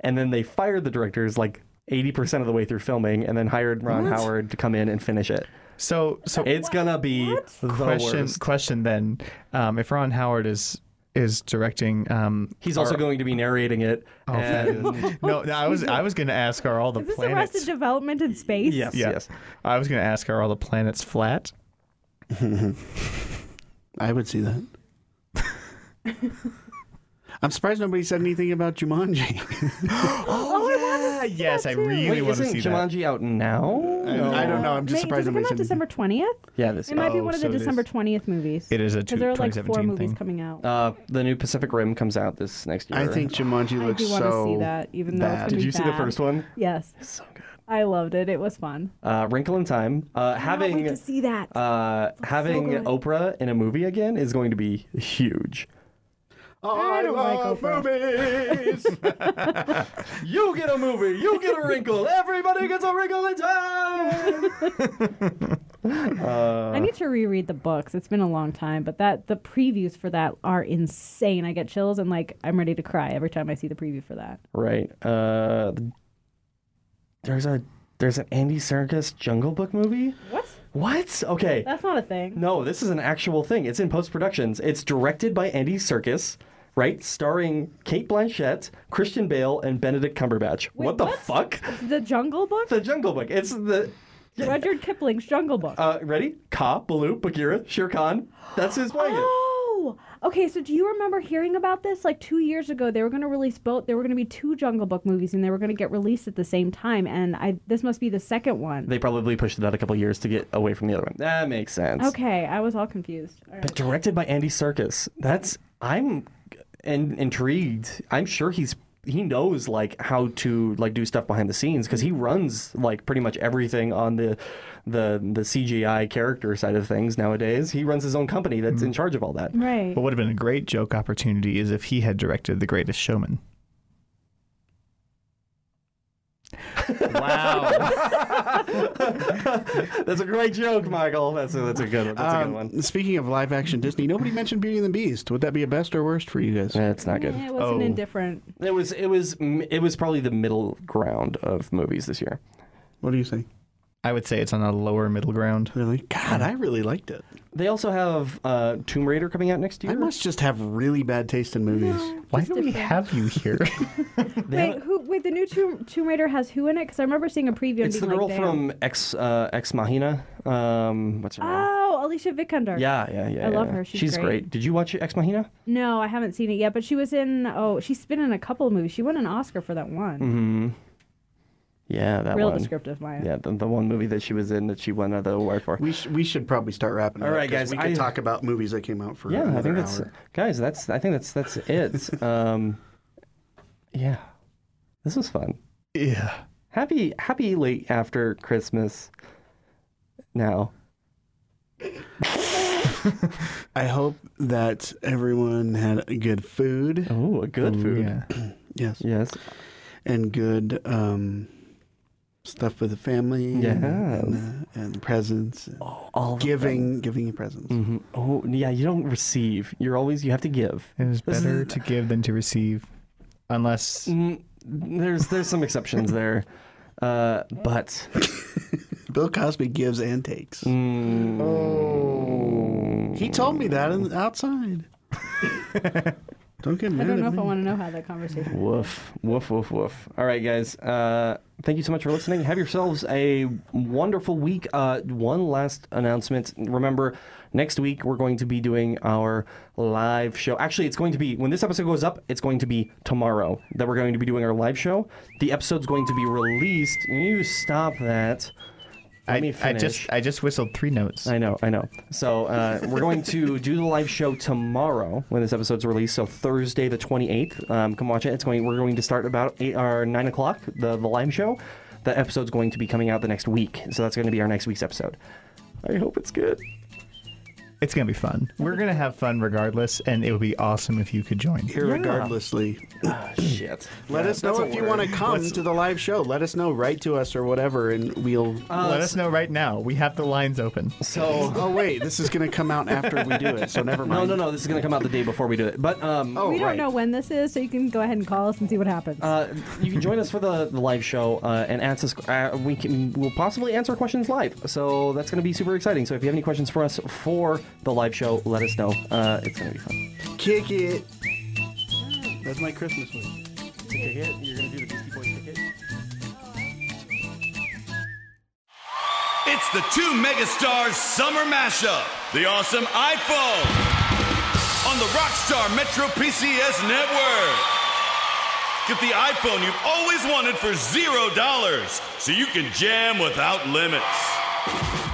Speaker 1: and then they fired the directors like eighty percent of the way through filming, and then hired Ron Howard to come in and finish it.
Speaker 4: So so
Speaker 1: It's gonna be the
Speaker 4: question
Speaker 1: worst.
Speaker 4: question then um, if Ron Howard is is directing um oh,
Speaker 1: He's also going to be narrating it.
Speaker 3: Oh,
Speaker 1: and-
Speaker 4: no, no I was I was going to ask are all the
Speaker 2: Is this
Speaker 4: planets
Speaker 2: Arrested Development in space?
Speaker 1: yes,
Speaker 4: yeah.
Speaker 1: yes.
Speaker 4: I was going to ask are all the planets flat
Speaker 3: I would see that. I'm surprised nobody said anything about Jumanji.
Speaker 4: Oh, yeah. yes, I really
Speaker 1: Wait,
Speaker 4: want to
Speaker 1: isn't
Speaker 4: see
Speaker 1: Jumanji out now?
Speaker 3: I- I don't know. I'm just
Speaker 2: May-
Speaker 3: surprised
Speaker 2: Does it come
Speaker 3: nobody
Speaker 2: out
Speaker 3: said
Speaker 2: December 20th?
Speaker 1: Yeah, this.
Speaker 2: It might be
Speaker 4: Oh,
Speaker 2: one of
Speaker 4: so
Speaker 2: the
Speaker 4: it is.
Speaker 2: December 20th movies.
Speaker 4: that. It is a two,
Speaker 2: Because there are like four
Speaker 4: 2017
Speaker 2: movies
Speaker 4: thing.
Speaker 2: coming out.
Speaker 1: Uh, the new Pacific Rim comes out this next year.
Speaker 3: I think Jumanji
Speaker 2: I
Speaker 3: looks
Speaker 2: do want to
Speaker 3: so
Speaker 2: see that, even though it's
Speaker 3: bad.
Speaker 2: gonna
Speaker 1: Did
Speaker 2: be
Speaker 1: you see the
Speaker 2: bad.
Speaker 1: first one?
Speaker 2: Yes.
Speaker 1: So good.
Speaker 2: I loved it. It was fun.
Speaker 1: Uh, Wrinkle in Time. Uh,
Speaker 2: I
Speaker 1: having
Speaker 2: wait to see that.
Speaker 1: uh, having
Speaker 2: good.
Speaker 1: Oprah in a movie again is going to be huge.
Speaker 3: Oh, I,
Speaker 2: don't like Oprah.
Speaker 3: movies.
Speaker 1: You get a movie. You get a wrinkle. Everybody gets a wrinkle in time.
Speaker 2: I need to reread the books. It's been a long time, but that the previews for that are insane. I get chills and like I'm ready to cry every time I see the preview for that.
Speaker 1: Right. Uh, there's a there's an Andy Serkis Jungle Book movie.
Speaker 2: What?
Speaker 1: What? Okay.
Speaker 2: That's not a thing.
Speaker 1: No, this is an actual thing. It's in post productions. It's directed by Andy Serkis, right? Starring Kate Blanchett, Christian Bale, and Benedict Cumberbatch. what the
Speaker 2: what?
Speaker 1: fuck?
Speaker 2: The Jungle Book?
Speaker 1: The Jungle Book. It's the
Speaker 2: Rudyard Kipling's Jungle Book.
Speaker 1: Uh, ready? Ka, Baloo, Bagheera, Shere Khan. That's his blanket.
Speaker 2: Oh, okay. So, do you remember hearing about this? Like two years ago, they were going to release both. There were going to be two Jungle Book movies, and they were going to get released at the same time. And I, this must be the second one.
Speaker 1: They probably pushed it out a couple years to get away from the other one. That makes sense.
Speaker 2: okay, I was all confused. All right.
Speaker 1: But directed by Andy Serkis. That's I'm in, intrigued. I'm sure he's he knows like how to like do stuff behind the scenes because he runs like pretty much everything on the the the CGI character side of things nowadays. He runs his own company that's
Speaker 3: Mm.
Speaker 1: in charge of all that.
Speaker 2: Right.
Speaker 4: What would have been a great joke opportunity is if he had directed The Greatest Showman. wow.
Speaker 1: That's a great joke, Michael. That's a, that's a good one. That's a good one.
Speaker 3: Um, speaking of live action Disney, nobody mentioned Beauty and the Beast. Would that be a best or worst for you guys?
Speaker 1: That's not good.
Speaker 2: Eh, It was an
Speaker 4: Oh.
Speaker 2: indifferent.
Speaker 1: It was it was it was probably the middle ground of movies this year.
Speaker 3: What do you think?
Speaker 4: I would say it's on a lower middle ground.
Speaker 3: Really? God, I really liked it.
Speaker 1: They also have uh, Tomb Raider coming out next year.
Speaker 3: I must just have really bad taste in movies.
Speaker 4: Why
Speaker 2: Just
Speaker 4: do we
Speaker 2: different.
Speaker 4: have you here?
Speaker 1: They
Speaker 2: Wait,
Speaker 1: haven't-
Speaker 2: who? Wait, the new Tomb, Tomb Raider has who in it? Because I remember seeing a preview.
Speaker 1: it's the
Speaker 2: and being
Speaker 1: girl
Speaker 2: like, "Damn."
Speaker 1: from Ex uh, Ex Machina. Um, what's her name?
Speaker 2: Oh, Alicia Vikander.
Speaker 1: Yeah, yeah, yeah.
Speaker 2: I love
Speaker 1: yeah.
Speaker 2: her. She's
Speaker 1: great.
Speaker 2: great.
Speaker 1: Did you watch Ex Machina?
Speaker 2: No, I haven't seen it yet, but she was in. Oh, she's been in a couple of movies. She won an Oscar for that one.
Speaker 1: Yeah, Mm-hmm, that
Speaker 2: Real
Speaker 1: one.
Speaker 2: descriptive, Maya.
Speaker 1: Yeah, the, the one movie that she was in that she won the award for.
Speaker 3: We, sh- we should probably start wrapping it
Speaker 1: All
Speaker 3: up
Speaker 1: right,
Speaker 3: 'cause
Speaker 1: guys,
Speaker 3: We could
Speaker 1: I-
Speaker 3: talk about movies that came out for
Speaker 1: Yeah, I
Speaker 3: another
Speaker 1: think that's
Speaker 3: hour.
Speaker 1: guys. That's I think that's that's it. um, yeah, this was fun.
Speaker 4: yeah.
Speaker 1: Happy happy late after Christmas. Now,
Speaker 3: I hope that everyone had good food.
Speaker 1: oh, a good food.
Speaker 4: Yeah.
Speaker 3: Yes.
Speaker 1: Yes.
Speaker 3: And good um, stuff with the family. and- And, uh, and presents. and
Speaker 1: All the
Speaker 3: giving, giving you presents.
Speaker 1: Mhm. Oh yeah, you don't receive. You're always you have to give.
Speaker 4: It is
Speaker 1: This is-
Speaker 4: better to give than to receive, unless
Speaker 1: Mm, there's there's some exceptions there, uh, but
Speaker 3: Bill Cosby gives and takes.
Speaker 1: Mm.
Speaker 3: Oh. He told me that in, outside. Don't get
Speaker 2: I
Speaker 3: mad
Speaker 2: don't know
Speaker 3: at
Speaker 2: if
Speaker 3: me.
Speaker 2: I want to know how that conversation.
Speaker 1: woof woof woof woof. All right, guys. Uh, thank you so much for listening. Have yourselves a wonderful week. Uh, one last announcement. Remember, next week we're going to be doing our live show. Actually, it's going to be when this episode goes up. It's going to be tomorrow that we're going to be doing our live show. The episode's going to be released. You stop that. Let
Speaker 4: I,
Speaker 1: me
Speaker 4: I
Speaker 1: finish.
Speaker 4: just I just whistled three notes.
Speaker 1: I know, I know. So uh, we're going to do the live show tomorrow when this episode's released. So Thursday the twenty eighth. Um, come watch it. It's going. We're going to start about eight or nine o'clock. The the live show. That episode's going to be coming out the next week. So that's going to be our next week's episode. I hope it's good.
Speaker 4: It's gonna be fun. We're gonna have fun regardless, and it would be awesome if you could join.
Speaker 3: Irregardlessly.
Speaker 1: Shit.
Speaker 3: Let us know if you want to come to the live show. Let us know. Write to us or whatever, and we'll.
Speaker 1: Uh,
Speaker 4: Let us know right now. We have the lines open.
Speaker 1: So
Speaker 3: oh wait, this is going to come out after we do it, so never
Speaker 1: no,
Speaker 3: mind.
Speaker 1: no, no. This is going to come out the day before we do it. But um,
Speaker 3: Oh,
Speaker 2: we don't
Speaker 3: right.
Speaker 2: know when this is, so you can go ahead and call us and see what happens.
Speaker 1: Uh, you can join us for the, the live show uh, and answer. Uh, we can we'll possibly answer questions live, so that's going to be super exciting. So if you have any questions for us for the live show, let us know. Uh, it's going to be fun.
Speaker 3: Kick it. That's my Christmas wish.
Speaker 1: You're going to do the Beastie Boys ticket.
Speaker 6: It's the two megastars summer mashup. The awesome iPhone on the Rockstar Metro PCS network. Get the iPhone you've always wanted for zero dollars, so you can jam without limits.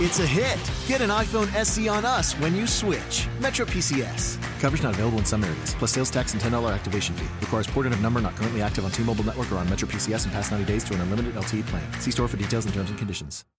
Speaker 7: It's a hit. Get an iPhone SE on us when you switch. Metro PCS. Coverage not available in some areas, plus sales tax and $10 activation fee. Requires porting of number not E currently active on T-Mobile network or on Metro PCS in past 90 days to an unlimited LTE plan. See store for details and terms and conditions.